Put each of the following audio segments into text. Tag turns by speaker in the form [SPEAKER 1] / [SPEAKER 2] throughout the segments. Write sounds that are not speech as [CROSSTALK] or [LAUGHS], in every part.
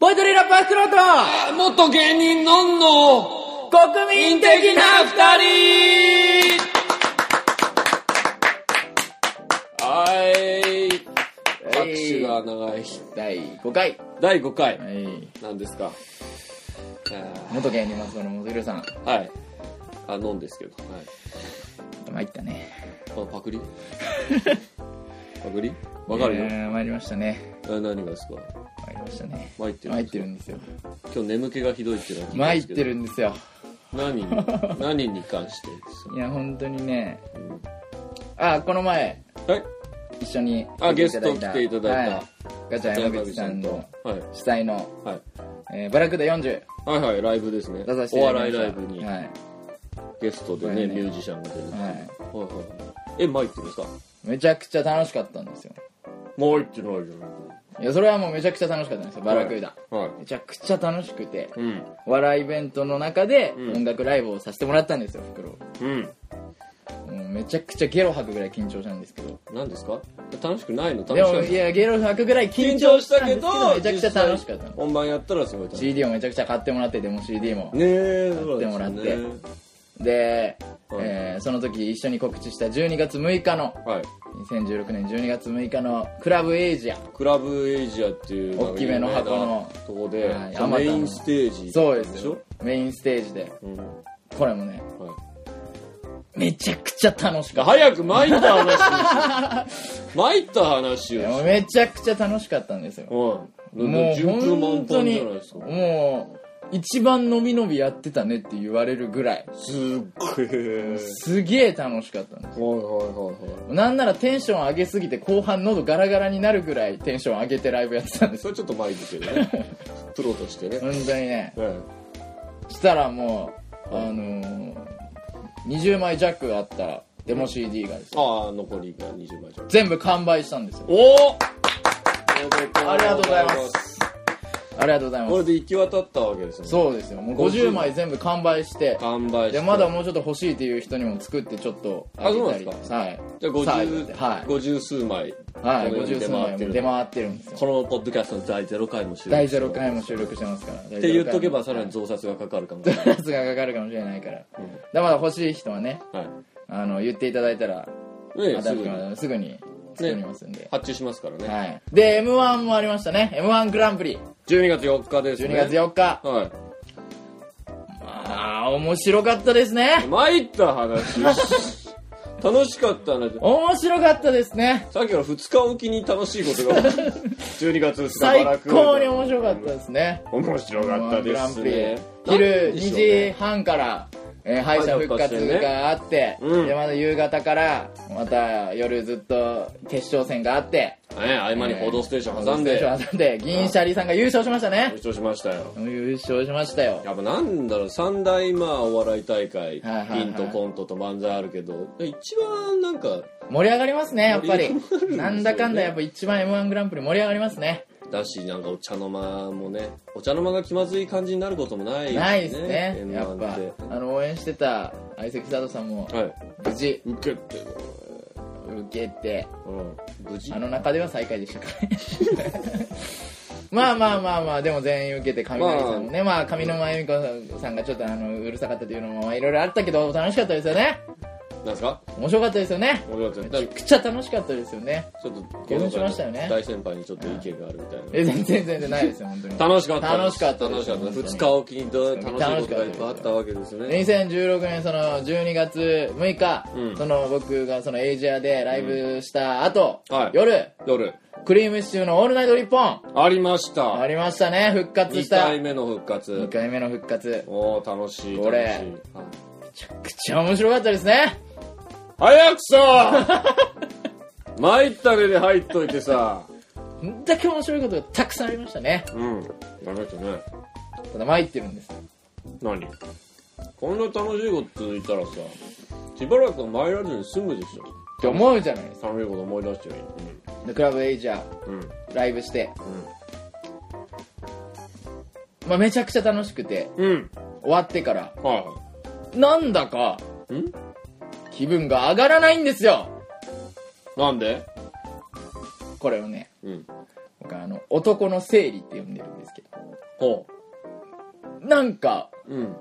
[SPEAKER 1] イドリラパスクローと
[SPEAKER 2] 元芸人のんの
[SPEAKER 1] 国民的な
[SPEAKER 2] 二人はい拍手が長い
[SPEAKER 1] 第5回
[SPEAKER 2] 第5
[SPEAKER 1] は
[SPEAKER 2] 回
[SPEAKER 1] い
[SPEAKER 2] なんですか
[SPEAKER 1] 元芸人松野の元宏さん
[SPEAKER 2] あーはいあのんですけど、はい、
[SPEAKER 1] 参ったね
[SPEAKER 2] あパ
[SPEAKER 1] [LAUGHS]
[SPEAKER 2] クリパクリわかるよ、
[SPEAKER 1] えー参りましたね
[SPEAKER 2] あ何がですか
[SPEAKER 1] 参りましたね
[SPEAKER 2] 参ってる
[SPEAKER 1] 参ってるんですよ
[SPEAKER 2] 今日眠気がひどいっていうのは聞いたん
[SPEAKER 1] 参
[SPEAKER 2] で
[SPEAKER 1] っ
[SPEAKER 2] すけ
[SPEAKER 1] て
[SPEAKER 2] ど
[SPEAKER 1] るんですよ
[SPEAKER 2] 何に何に関してです
[SPEAKER 1] いや本当にねあこの前
[SPEAKER 2] かはい
[SPEAKER 1] 一緒に
[SPEAKER 2] あゲスト来ていただいた
[SPEAKER 1] はガチャ山口さんの
[SPEAKER 2] はい
[SPEAKER 1] 主催の、
[SPEAKER 2] はい
[SPEAKER 1] えーバラクダ40
[SPEAKER 2] はいはいライブですね
[SPEAKER 1] 出させて
[SPEAKER 2] お
[SPEAKER 1] いただ
[SPEAKER 2] 笑い
[SPEAKER 1] きま
[SPEAKER 2] ライ
[SPEAKER 1] した
[SPEAKER 2] ブに
[SPEAKER 1] はい
[SPEAKER 2] ゲストで
[SPEAKER 1] は
[SPEAKER 2] ね
[SPEAKER 1] いね
[SPEAKER 2] ミュージシャンが出るはい
[SPEAKER 1] はい
[SPEAKER 2] はいえ参ってるんですか
[SPEAKER 1] めちゃくちゃ楽しかったんですよ
[SPEAKER 2] 参ってないじゃない
[SPEAKER 1] いやそれはもうめちゃくちゃ楽しかったんですよバラクーダ、
[SPEAKER 2] はいはい
[SPEAKER 1] めちゃくちゃ楽しくて、
[SPEAKER 2] うん
[SPEAKER 1] 笑いイベントの中で
[SPEAKER 2] うん
[SPEAKER 1] 音楽ライブをさせてもらったんですよ袋
[SPEAKER 2] うん
[SPEAKER 1] もうめちゃくちゃゲロ吐くぐらい緊張したんですけど
[SPEAKER 2] 何ですか楽しくないの楽し
[SPEAKER 1] で
[SPEAKER 2] か
[SPEAKER 1] も
[SPEAKER 2] った
[SPEAKER 1] いやゲロ吐くぐらい緊張したんですけどめちゃくちゃ
[SPEAKER 2] 実際
[SPEAKER 1] 楽しかったの
[SPEAKER 2] 本番やったらすごい楽しい
[SPEAKER 1] CD をめちゃくちゃ買ってもらっててもう CD も、
[SPEAKER 2] ねえ
[SPEAKER 1] 買ってもらって
[SPEAKER 2] そうですよね
[SPEAKER 1] で、
[SPEAKER 2] はい
[SPEAKER 1] えーその時一緒に告知した12月6日の
[SPEAKER 2] はい
[SPEAKER 1] 2016年12月6日のクラブエイジア
[SPEAKER 2] クラブエイジアっていう
[SPEAKER 1] 大きめの箱の
[SPEAKER 2] とこで
[SPEAKER 1] はい
[SPEAKER 2] そのメインステージ
[SPEAKER 1] そうで
[SPEAKER 2] ですしょ
[SPEAKER 1] よメインステージで
[SPEAKER 2] うんは
[SPEAKER 1] これもねめちゃくちゃ楽し
[SPEAKER 2] い
[SPEAKER 1] かった
[SPEAKER 2] 早く参った話
[SPEAKER 1] [LAUGHS]
[SPEAKER 2] をし参った話
[SPEAKER 1] い
[SPEAKER 2] を
[SPEAKER 1] や
[SPEAKER 2] し
[SPEAKER 1] もうめちゃくちゃ楽しかったんですよ
[SPEAKER 2] はい。
[SPEAKER 1] もう
[SPEAKER 2] 順風満
[SPEAKER 1] 本当
[SPEAKER 2] 帆じ
[SPEAKER 1] に
[SPEAKER 2] ゃないですか。
[SPEAKER 1] もう一番のびのびやってたねって言われるぐらい
[SPEAKER 2] すっごい。
[SPEAKER 1] すげえ楽しかったんです
[SPEAKER 2] はいはいはいは
[SPEAKER 1] なんならテンション上げすぎて後半喉ガラガラになるぐらいテンション上げてライブやってたんで
[SPEAKER 2] い。
[SPEAKER 1] す
[SPEAKER 2] それちょっと前ですけどね。
[SPEAKER 1] [LAUGHS]
[SPEAKER 2] プロとしてね。
[SPEAKER 1] 本当にね
[SPEAKER 2] はい。
[SPEAKER 1] したらもうあのー、20枚弱あったデモ CD がですね
[SPEAKER 2] ああ、残りが20枚じゃん。
[SPEAKER 1] 全部完売したんですよ
[SPEAKER 2] おお
[SPEAKER 1] ありがとうございます。ありがとうございま
[SPEAKER 2] こ
[SPEAKER 1] す
[SPEAKER 2] れで行き渡ったわけですよね。う。
[SPEAKER 1] そうですよもう50枚全部完売して
[SPEAKER 2] 完売して。
[SPEAKER 1] でまだもうちょっと欲しいっていう人にも作ってちょっとあげたり
[SPEAKER 2] あそうなんです
[SPEAKER 1] はい
[SPEAKER 2] じゃあ
[SPEAKER 1] サイズで
[SPEAKER 2] 50、
[SPEAKER 1] はい
[SPEAKER 2] 50数枚。
[SPEAKER 1] はい、
[SPEAKER 2] この世に
[SPEAKER 1] 50数枚も出
[SPEAKER 2] る。
[SPEAKER 1] 回ってるんです
[SPEAKER 2] こ
[SPEAKER 1] よ。
[SPEAKER 2] のポッドキャストの第0回も終了。
[SPEAKER 1] 第0回も収録してますから。っ
[SPEAKER 2] って言っとけばさらに増刷がかかるかもしれない。
[SPEAKER 1] やつがかかるかもしれないから。だからまだ欲しい人はね、
[SPEAKER 2] はい。
[SPEAKER 1] あの、言っていただいたら、
[SPEAKER 2] ねえ、
[SPEAKER 1] 新
[SPEAKER 2] す
[SPEAKER 1] し
[SPEAKER 2] ぐ
[SPEAKER 1] く
[SPEAKER 2] に
[SPEAKER 1] ますぐに作りますんで。
[SPEAKER 2] 発注しますからね。
[SPEAKER 1] はい。で、M1 もありましたね。M1 グランプリ。
[SPEAKER 2] 12月4日ですね。
[SPEAKER 1] 12月4日。
[SPEAKER 2] はい。
[SPEAKER 1] ああ、面白かったですね。
[SPEAKER 2] 参った話楽しかった話
[SPEAKER 1] 面白かったですね。
[SPEAKER 2] さっきから2日おきに楽しいこ
[SPEAKER 1] [LAUGHS]
[SPEAKER 2] とが12月2日
[SPEAKER 1] 最
[SPEAKER 2] バラクーダ
[SPEAKER 1] 高に面白かったですね。
[SPEAKER 2] 面白かった
[SPEAKER 1] M1 グ
[SPEAKER 2] で
[SPEAKER 1] ランプ
[SPEAKER 2] す
[SPEAKER 1] リ
[SPEAKER 2] ね。
[SPEAKER 1] 昼
[SPEAKER 2] なんでしょうね
[SPEAKER 1] 2時半から、えー敗者復活があって、
[SPEAKER 2] うん
[SPEAKER 1] でまだ夕方からまた夜ずっと決勝戦があって
[SPEAKER 2] ね合間に報道ステーション挟ん
[SPEAKER 1] えー
[SPEAKER 2] で
[SPEAKER 1] 報道ステーション挟んで銀シャリさんが優勝しました
[SPEAKER 2] 優
[SPEAKER 1] ね
[SPEAKER 2] 勝しましたよ
[SPEAKER 1] 優勝しましたよ
[SPEAKER 2] やっぱなんだろう三大まあお笑い大会ピ
[SPEAKER 1] はいはいはい
[SPEAKER 2] ンとコントと漫才あるけど一番なんか
[SPEAKER 1] 盛り上がりますねやっぱり
[SPEAKER 2] 盛り上がるんですよね
[SPEAKER 1] なんだかんだやっぱ一番 m 1グランプリ盛り上がりますね
[SPEAKER 2] だしなんかお茶の間もねお茶の間が気まずい感じになることもない
[SPEAKER 1] ないですね
[SPEAKER 2] M1
[SPEAKER 1] やっぱ
[SPEAKER 2] て
[SPEAKER 1] あの応援してた相席佐藤さんも
[SPEAKER 2] はい
[SPEAKER 1] 無事
[SPEAKER 2] 受けてる
[SPEAKER 1] 受けて
[SPEAKER 2] うん無事
[SPEAKER 1] あの中では最下位でしたから [LAUGHS] まあまあまあまあでも全員受けて上沼恵美さんもねまあ上沼恵美子さんがちょっとあのうるさかったというのもまあいろいろあったけど楽しかったですよね
[SPEAKER 2] なんですか
[SPEAKER 1] 面白かったですよね
[SPEAKER 2] 面白かった
[SPEAKER 1] めちゃくちゃ楽しかったですよね
[SPEAKER 2] ちょっと
[SPEAKER 1] 興奮しましたよね
[SPEAKER 2] 大先輩にちょっと意見があるみたい
[SPEAKER 1] え
[SPEAKER 2] な。
[SPEAKER 1] 全然全然ないですよ本当に
[SPEAKER 2] 楽しかった。
[SPEAKER 1] 楽しかったで
[SPEAKER 2] 楽
[SPEAKER 1] す
[SPEAKER 2] しかった。
[SPEAKER 1] 本当に
[SPEAKER 2] 2日おきにどう楽しいことがい
[SPEAKER 1] 楽
[SPEAKER 2] っぱいあ
[SPEAKER 1] しかったです
[SPEAKER 2] ったわけですね。
[SPEAKER 1] 2016年その12月6日、
[SPEAKER 2] うん
[SPEAKER 1] その僕がそのエイジアでライブした後、
[SPEAKER 2] うんはい
[SPEAKER 1] 夜
[SPEAKER 2] 夜、
[SPEAKER 1] クリームシチューの「オールナイトリッポン」
[SPEAKER 2] ありまし
[SPEAKER 1] あ
[SPEAKER 2] た。
[SPEAKER 1] りましたね復活
[SPEAKER 2] 2
[SPEAKER 1] した
[SPEAKER 2] 回目の復
[SPEAKER 1] 2
[SPEAKER 2] 活。
[SPEAKER 1] 回目の復活
[SPEAKER 2] おー、楽しい。
[SPEAKER 1] これ
[SPEAKER 2] 楽しいはい
[SPEAKER 1] めちゃ面白かったですね
[SPEAKER 2] 早くさ [LAUGHS] 参ったねで入っといてさ。
[SPEAKER 1] こんだけ面白いことがたくさんありましたね
[SPEAKER 2] うん。ダメだね。
[SPEAKER 1] ただ参ってるんです
[SPEAKER 2] 何こんな楽しいこと続いたらさ、しばらくは参らずに済むでしょ。
[SPEAKER 1] って思うじゃないですか
[SPEAKER 2] 楽しいこと思い出してるよ。
[SPEAKER 1] でクラブエイジャー
[SPEAKER 2] うん。うん。
[SPEAKER 1] ライブして、まあ、めちゃくちゃ楽しくて
[SPEAKER 2] うん。うん。
[SPEAKER 1] 終わってから
[SPEAKER 2] は
[SPEAKER 1] なんだか
[SPEAKER 2] い。ん
[SPEAKER 1] 気分が上がらないんですよ
[SPEAKER 2] なんで
[SPEAKER 1] これをね
[SPEAKER 2] うん。
[SPEAKER 1] 僕はあの男の生理って呼んでるんですけど
[SPEAKER 2] ほ
[SPEAKER 1] なんか
[SPEAKER 2] う。うん。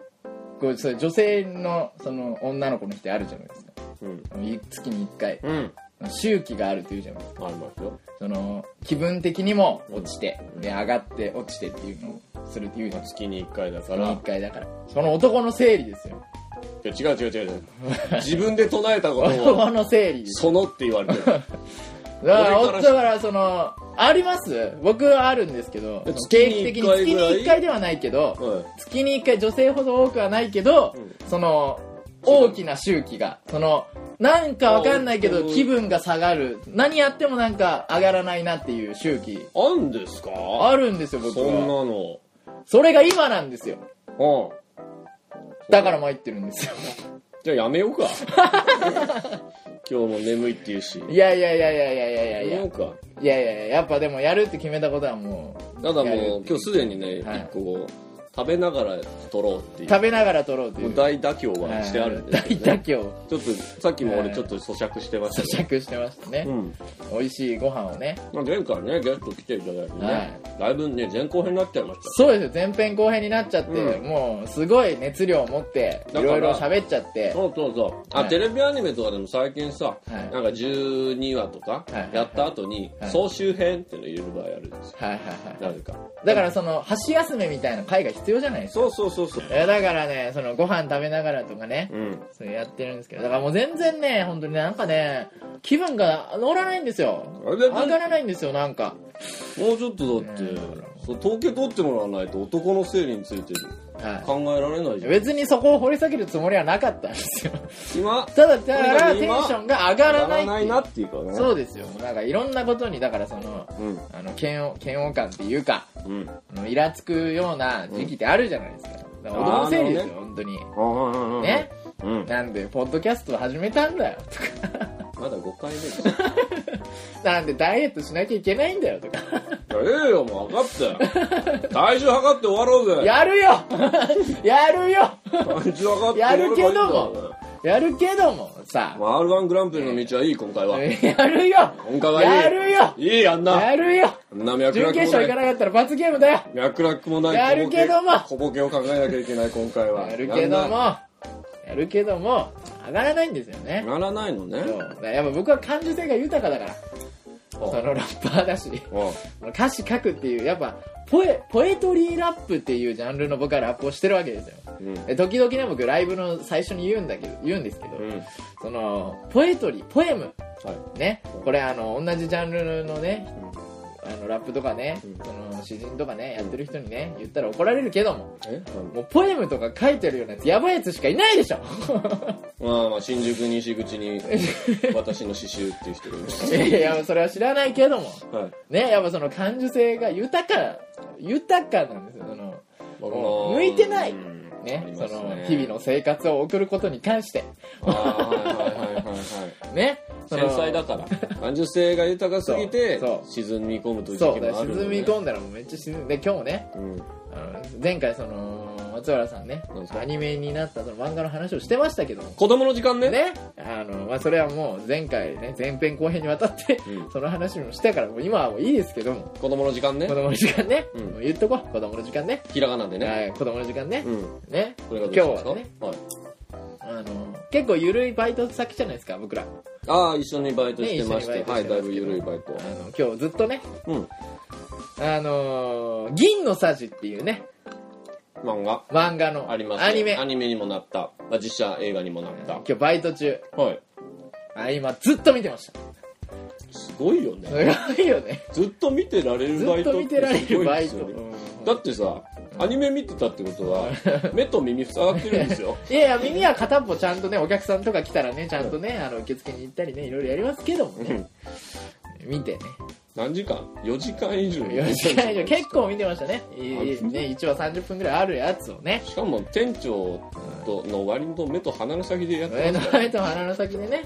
[SPEAKER 1] こうそう女性のその女の子の日ってあるじゃないですか
[SPEAKER 2] うん。
[SPEAKER 1] 月に1回
[SPEAKER 2] うん。
[SPEAKER 1] 周期があるっていうじゃないですか
[SPEAKER 2] ありますよ。
[SPEAKER 1] その気分的にも落ちてで上がって落ちてっていうのをするっていうじゃないですか
[SPEAKER 2] 月に1回だか
[SPEAKER 1] そ
[SPEAKER 2] ら。
[SPEAKER 1] の1回だからその男の生理です
[SPEAKER 2] [LAUGHS]
[SPEAKER 1] よ
[SPEAKER 2] いや違う違う違う [LAUGHS] 違う。自分で唱えたことを、 [LAUGHS]
[SPEAKER 1] 男の生理です
[SPEAKER 2] そのって言われて [LAUGHS] る。
[SPEAKER 1] だから
[SPEAKER 2] 俺
[SPEAKER 1] だ
[SPEAKER 2] か
[SPEAKER 1] かららそのあります僕はあるんですけど
[SPEAKER 2] 月に
[SPEAKER 1] 定期的に
[SPEAKER 2] 一回
[SPEAKER 1] 月
[SPEAKER 2] ぐ
[SPEAKER 1] に
[SPEAKER 2] らい
[SPEAKER 1] 1回ではないけど、
[SPEAKER 2] うん。
[SPEAKER 1] 月に1回女性ほど多くはないけど、
[SPEAKER 2] う
[SPEAKER 1] その大きな周期がそのなんかわかんないけ
[SPEAKER 2] う
[SPEAKER 1] ど
[SPEAKER 2] ん
[SPEAKER 1] 気分が下がる何やってもなんか上がらないなっていう周期
[SPEAKER 2] あんですか
[SPEAKER 1] あるんですよ僕
[SPEAKER 2] そんな
[SPEAKER 1] は
[SPEAKER 2] の。
[SPEAKER 1] それが今なんですよ
[SPEAKER 2] うん。
[SPEAKER 1] だから参ってるんですよ
[SPEAKER 2] じゃあやめよう [LAUGHS] か。今日も眠いって言うし。
[SPEAKER 1] いやいやいやいやいやいや
[SPEAKER 2] や
[SPEAKER 1] い
[SPEAKER 2] め
[SPEAKER 1] や
[SPEAKER 2] ようか。
[SPEAKER 1] いやいやいややっぱでもやるって決めたことはもう
[SPEAKER 2] ただ
[SPEAKER 1] やる
[SPEAKER 2] もう
[SPEAKER 1] ってい
[SPEAKER 2] 今日すでにね、
[SPEAKER 1] はい
[SPEAKER 2] 一個こう食べながら取ろうっていう
[SPEAKER 1] 食べながら撮ろうとい
[SPEAKER 2] もう
[SPEAKER 1] う
[SPEAKER 2] 大妥協はしてあるんですけど、
[SPEAKER 1] 大
[SPEAKER 2] ね
[SPEAKER 1] 妥協
[SPEAKER 2] ちょっとさっきも俺ちょっと咀嚼してましたけ
[SPEAKER 1] 咀嚼してましたね、
[SPEAKER 2] ど、 [LAUGHS] うん
[SPEAKER 1] 美味しいご飯をね
[SPEAKER 2] まあ、前回ねゲスト来ていただいてね、だいぶね前後編になっちゃいまし
[SPEAKER 1] そうですよ前編後編になっちゃって、
[SPEAKER 2] うん
[SPEAKER 1] もうすごい熱量を持ってい
[SPEAKER 2] から
[SPEAKER 1] ろいろ喋っちゃって
[SPEAKER 2] たそうそうそうあ、
[SPEAKER 1] はい
[SPEAKER 2] テレビアニメとかでも最近さ、
[SPEAKER 1] い
[SPEAKER 2] なんか12話とか
[SPEAKER 1] いはいはい
[SPEAKER 2] やった後に
[SPEAKER 1] はい
[SPEAKER 2] 総集編っていうの入れる場合あるんですよ、
[SPEAKER 1] はいはいはい
[SPEAKER 2] なぜか
[SPEAKER 1] だからその箸休めみたいな回が必要じゃないですか
[SPEAKER 2] そうそうそうそう
[SPEAKER 1] いやだからねそのご飯食べながらとかね、
[SPEAKER 2] うん
[SPEAKER 1] それやってるんですけどだからもう全然ね本当にねなんかね気分が乗らないんですよ
[SPEAKER 2] あれ
[SPEAKER 1] 上
[SPEAKER 2] だ
[SPEAKER 1] がらないんですよなんか
[SPEAKER 2] もうちょっとだって、
[SPEAKER 1] ね
[SPEAKER 2] そう統計取ってもらわないと男の生理について
[SPEAKER 1] は
[SPEAKER 2] 考えられない
[SPEAKER 1] い
[SPEAKER 2] じゃん
[SPEAKER 1] 別にそこを掘り下げるつもりはなかったんですよ
[SPEAKER 2] 今
[SPEAKER 1] ただだから
[SPEAKER 2] と
[SPEAKER 1] テ
[SPEAKER 2] に
[SPEAKER 1] ン
[SPEAKER 2] かく今
[SPEAKER 1] ションが上がらない
[SPEAKER 2] や
[SPEAKER 1] っていう
[SPEAKER 2] なっていうかね
[SPEAKER 1] そうですよなんかいろんなことにだからその
[SPEAKER 2] うん
[SPEAKER 1] あの嫌悪嫌悪感っていうか
[SPEAKER 2] うん
[SPEAKER 1] あのイラつくような時期ってあるじゃないですか。だから男のせいですよ、本当に。
[SPEAKER 2] あ
[SPEAKER 1] ね、
[SPEAKER 2] うん
[SPEAKER 1] なんで、ポッドキャストを始めたんだよとか、
[SPEAKER 2] まだ5回目ですい
[SPEAKER 1] なんでダイエットしなきゃいけないんだよとか、 [LAUGHS]
[SPEAKER 2] やええよもう分かったよ体重測って終わろうぜ
[SPEAKER 1] やるよやるよ
[SPEAKER 2] 体重測って
[SPEAKER 1] やるけども
[SPEAKER 2] も
[SPEAKER 1] やるけどもさ、
[SPEAKER 2] r 1グランプリの道はいい今
[SPEAKER 1] [LAUGHS]
[SPEAKER 2] 回は
[SPEAKER 1] やるよ
[SPEAKER 2] 今回はいい
[SPEAKER 1] やるよ
[SPEAKER 2] いいあんな
[SPEAKER 1] やるよ
[SPEAKER 2] あんな脈
[SPEAKER 1] 準
[SPEAKER 2] 絡
[SPEAKER 1] 決
[SPEAKER 2] も
[SPEAKER 1] 勝行か
[SPEAKER 2] ない
[SPEAKER 1] なかったら罰ゲームだよ
[SPEAKER 2] 脈絡もない
[SPEAKER 1] やるけども
[SPEAKER 2] 小ボケを考えなきゃいけない今回は
[SPEAKER 1] やるけども
[SPEAKER 2] や、
[SPEAKER 1] やるけども、上がらないんですよ
[SPEAKER 2] ん
[SPEAKER 1] ね。
[SPEAKER 2] なならないのね
[SPEAKER 1] そうだからやっぱ僕は感受性が豊かだから、そのラッパーだし。
[SPEAKER 2] うん
[SPEAKER 1] 歌詞書くっていうやっぱポエポエトリーラップっていうジャンルの僕はラップをしてるわけですよ
[SPEAKER 2] うん
[SPEAKER 1] で時々ね僕ライブの最初に言うんだけど言うんですけど、
[SPEAKER 2] うん
[SPEAKER 1] そのポエトリーポエム
[SPEAKER 2] はい
[SPEAKER 1] ねこれあの同じジャンルのねあのラップとかね、その詩人とかねやってる人にね言ったら怒られるけども
[SPEAKER 2] えなんだ
[SPEAKER 1] もうポエムとか書いてるようなやつやばいやつしかいないでしょ
[SPEAKER 2] [LAUGHS] まあまあ新宿西口
[SPEAKER 1] [LAUGHS]
[SPEAKER 2] に私の刺繍っていう人がいまし
[SPEAKER 1] いやいやそれは知らないけども
[SPEAKER 2] たはい
[SPEAKER 1] ねやっぱその感受性が豊か豊かなんですよその
[SPEAKER 2] 僕
[SPEAKER 1] も
[SPEAKER 2] も
[SPEAKER 1] う向いてない
[SPEAKER 2] うんあ
[SPEAKER 1] ね
[SPEAKER 2] り、
[SPEAKER 1] そ
[SPEAKER 2] ます
[SPEAKER 1] の日々の生活を送ることに関して、
[SPEAKER 2] あーはいはいはいはいはい
[SPEAKER 1] ね、その
[SPEAKER 2] 繊細だから感受性が豊かすぎて
[SPEAKER 1] そう
[SPEAKER 2] 沈み込むという
[SPEAKER 1] そ
[SPEAKER 2] 時
[SPEAKER 1] う
[SPEAKER 2] 期
[SPEAKER 1] だ
[SPEAKER 2] も
[SPEAKER 1] か
[SPEAKER 2] あ
[SPEAKER 1] ら
[SPEAKER 2] る
[SPEAKER 1] 沈み込んだらもうめっちゃ沈んで今日もね
[SPEAKER 2] うん
[SPEAKER 1] あの前回その松原さんね
[SPEAKER 2] 何ですか
[SPEAKER 1] アニメになったその漫画の話をしてましたけども
[SPEAKER 2] 子供の時間ね
[SPEAKER 1] ねあの、まあ、それはもう前回ね前編後編にわたって、
[SPEAKER 2] うん
[SPEAKER 1] その話もしたからもう今はもういいですけども
[SPEAKER 2] 子供の時間ね
[SPEAKER 1] 子供の時間ね、
[SPEAKER 2] うん
[SPEAKER 1] もう言っとこう子供の時間ね
[SPEAKER 2] ひらがなでね
[SPEAKER 1] はい子供の時間ね、
[SPEAKER 2] うん
[SPEAKER 1] ね
[SPEAKER 2] これ
[SPEAKER 1] 今
[SPEAKER 2] が
[SPEAKER 1] 日
[SPEAKER 2] どうした
[SPEAKER 1] は
[SPEAKER 2] んで
[SPEAKER 1] ね
[SPEAKER 2] すかはい
[SPEAKER 1] あの結構ゆるいバイト先じゃないですか僕ら
[SPEAKER 2] ああ一緒にバイトしてまし
[SPEAKER 1] ね一緒
[SPEAKER 2] て
[SPEAKER 1] にバイトしてますけど
[SPEAKER 2] はいだいぶ緩いバイト
[SPEAKER 1] あの今日ずっとね
[SPEAKER 2] うん
[SPEAKER 1] あのー銀のさじっていうね、
[SPEAKER 2] 漫画
[SPEAKER 1] 漫画の
[SPEAKER 2] あります
[SPEAKER 1] アニメ。
[SPEAKER 2] アニメにもなったまあ実写映画にもなった
[SPEAKER 1] 今日バイト中、
[SPEAKER 2] はい
[SPEAKER 1] あ今ずっと見てました。
[SPEAKER 2] すごいよね
[SPEAKER 1] すごいよね。
[SPEAKER 2] ずっと見てられる
[SPEAKER 1] ず
[SPEAKER 2] バ
[SPEAKER 1] っ
[SPEAKER 2] イト
[SPEAKER 1] と
[SPEAKER 2] って
[SPEAKER 1] 見てられ
[SPEAKER 2] すご
[SPEAKER 1] る
[SPEAKER 2] い
[SPEAKER 1] バ
[SPEAKER 2] で
[SPEAKER 1] イ
[SPEAKER 2] す
[SPEAKER 1] ト。
[SPEAKER 2] よね
[SPEAKER 1] うん
[SPEAKER 2] だってさアニメ見てたってことは
[SPEAKER 1] [LAUGHS]
[SPEAKER 2] 目と耳塞がってるんですよ
[SPEAKER 1] いやいや、耳は片っぽちゃんとね、お客さんとか来たらね、ちゃんとね、あの、受付に行ったりね、いろいろやりますけどもね。見てね。
[SPEAKER 2] 何時間 ?4 時間以上
[SPEAKER 1] 4時間以上、結構見てましたね。い
[SPEAKER 2] あ
[SPEAKER 1] いいね、一応30分ぐらいあるやつをね。
[SPEAKER 2] しかも店長との割と目と鼻の先でやって
[SPEAKER 1] 上の目と鼻の先でね、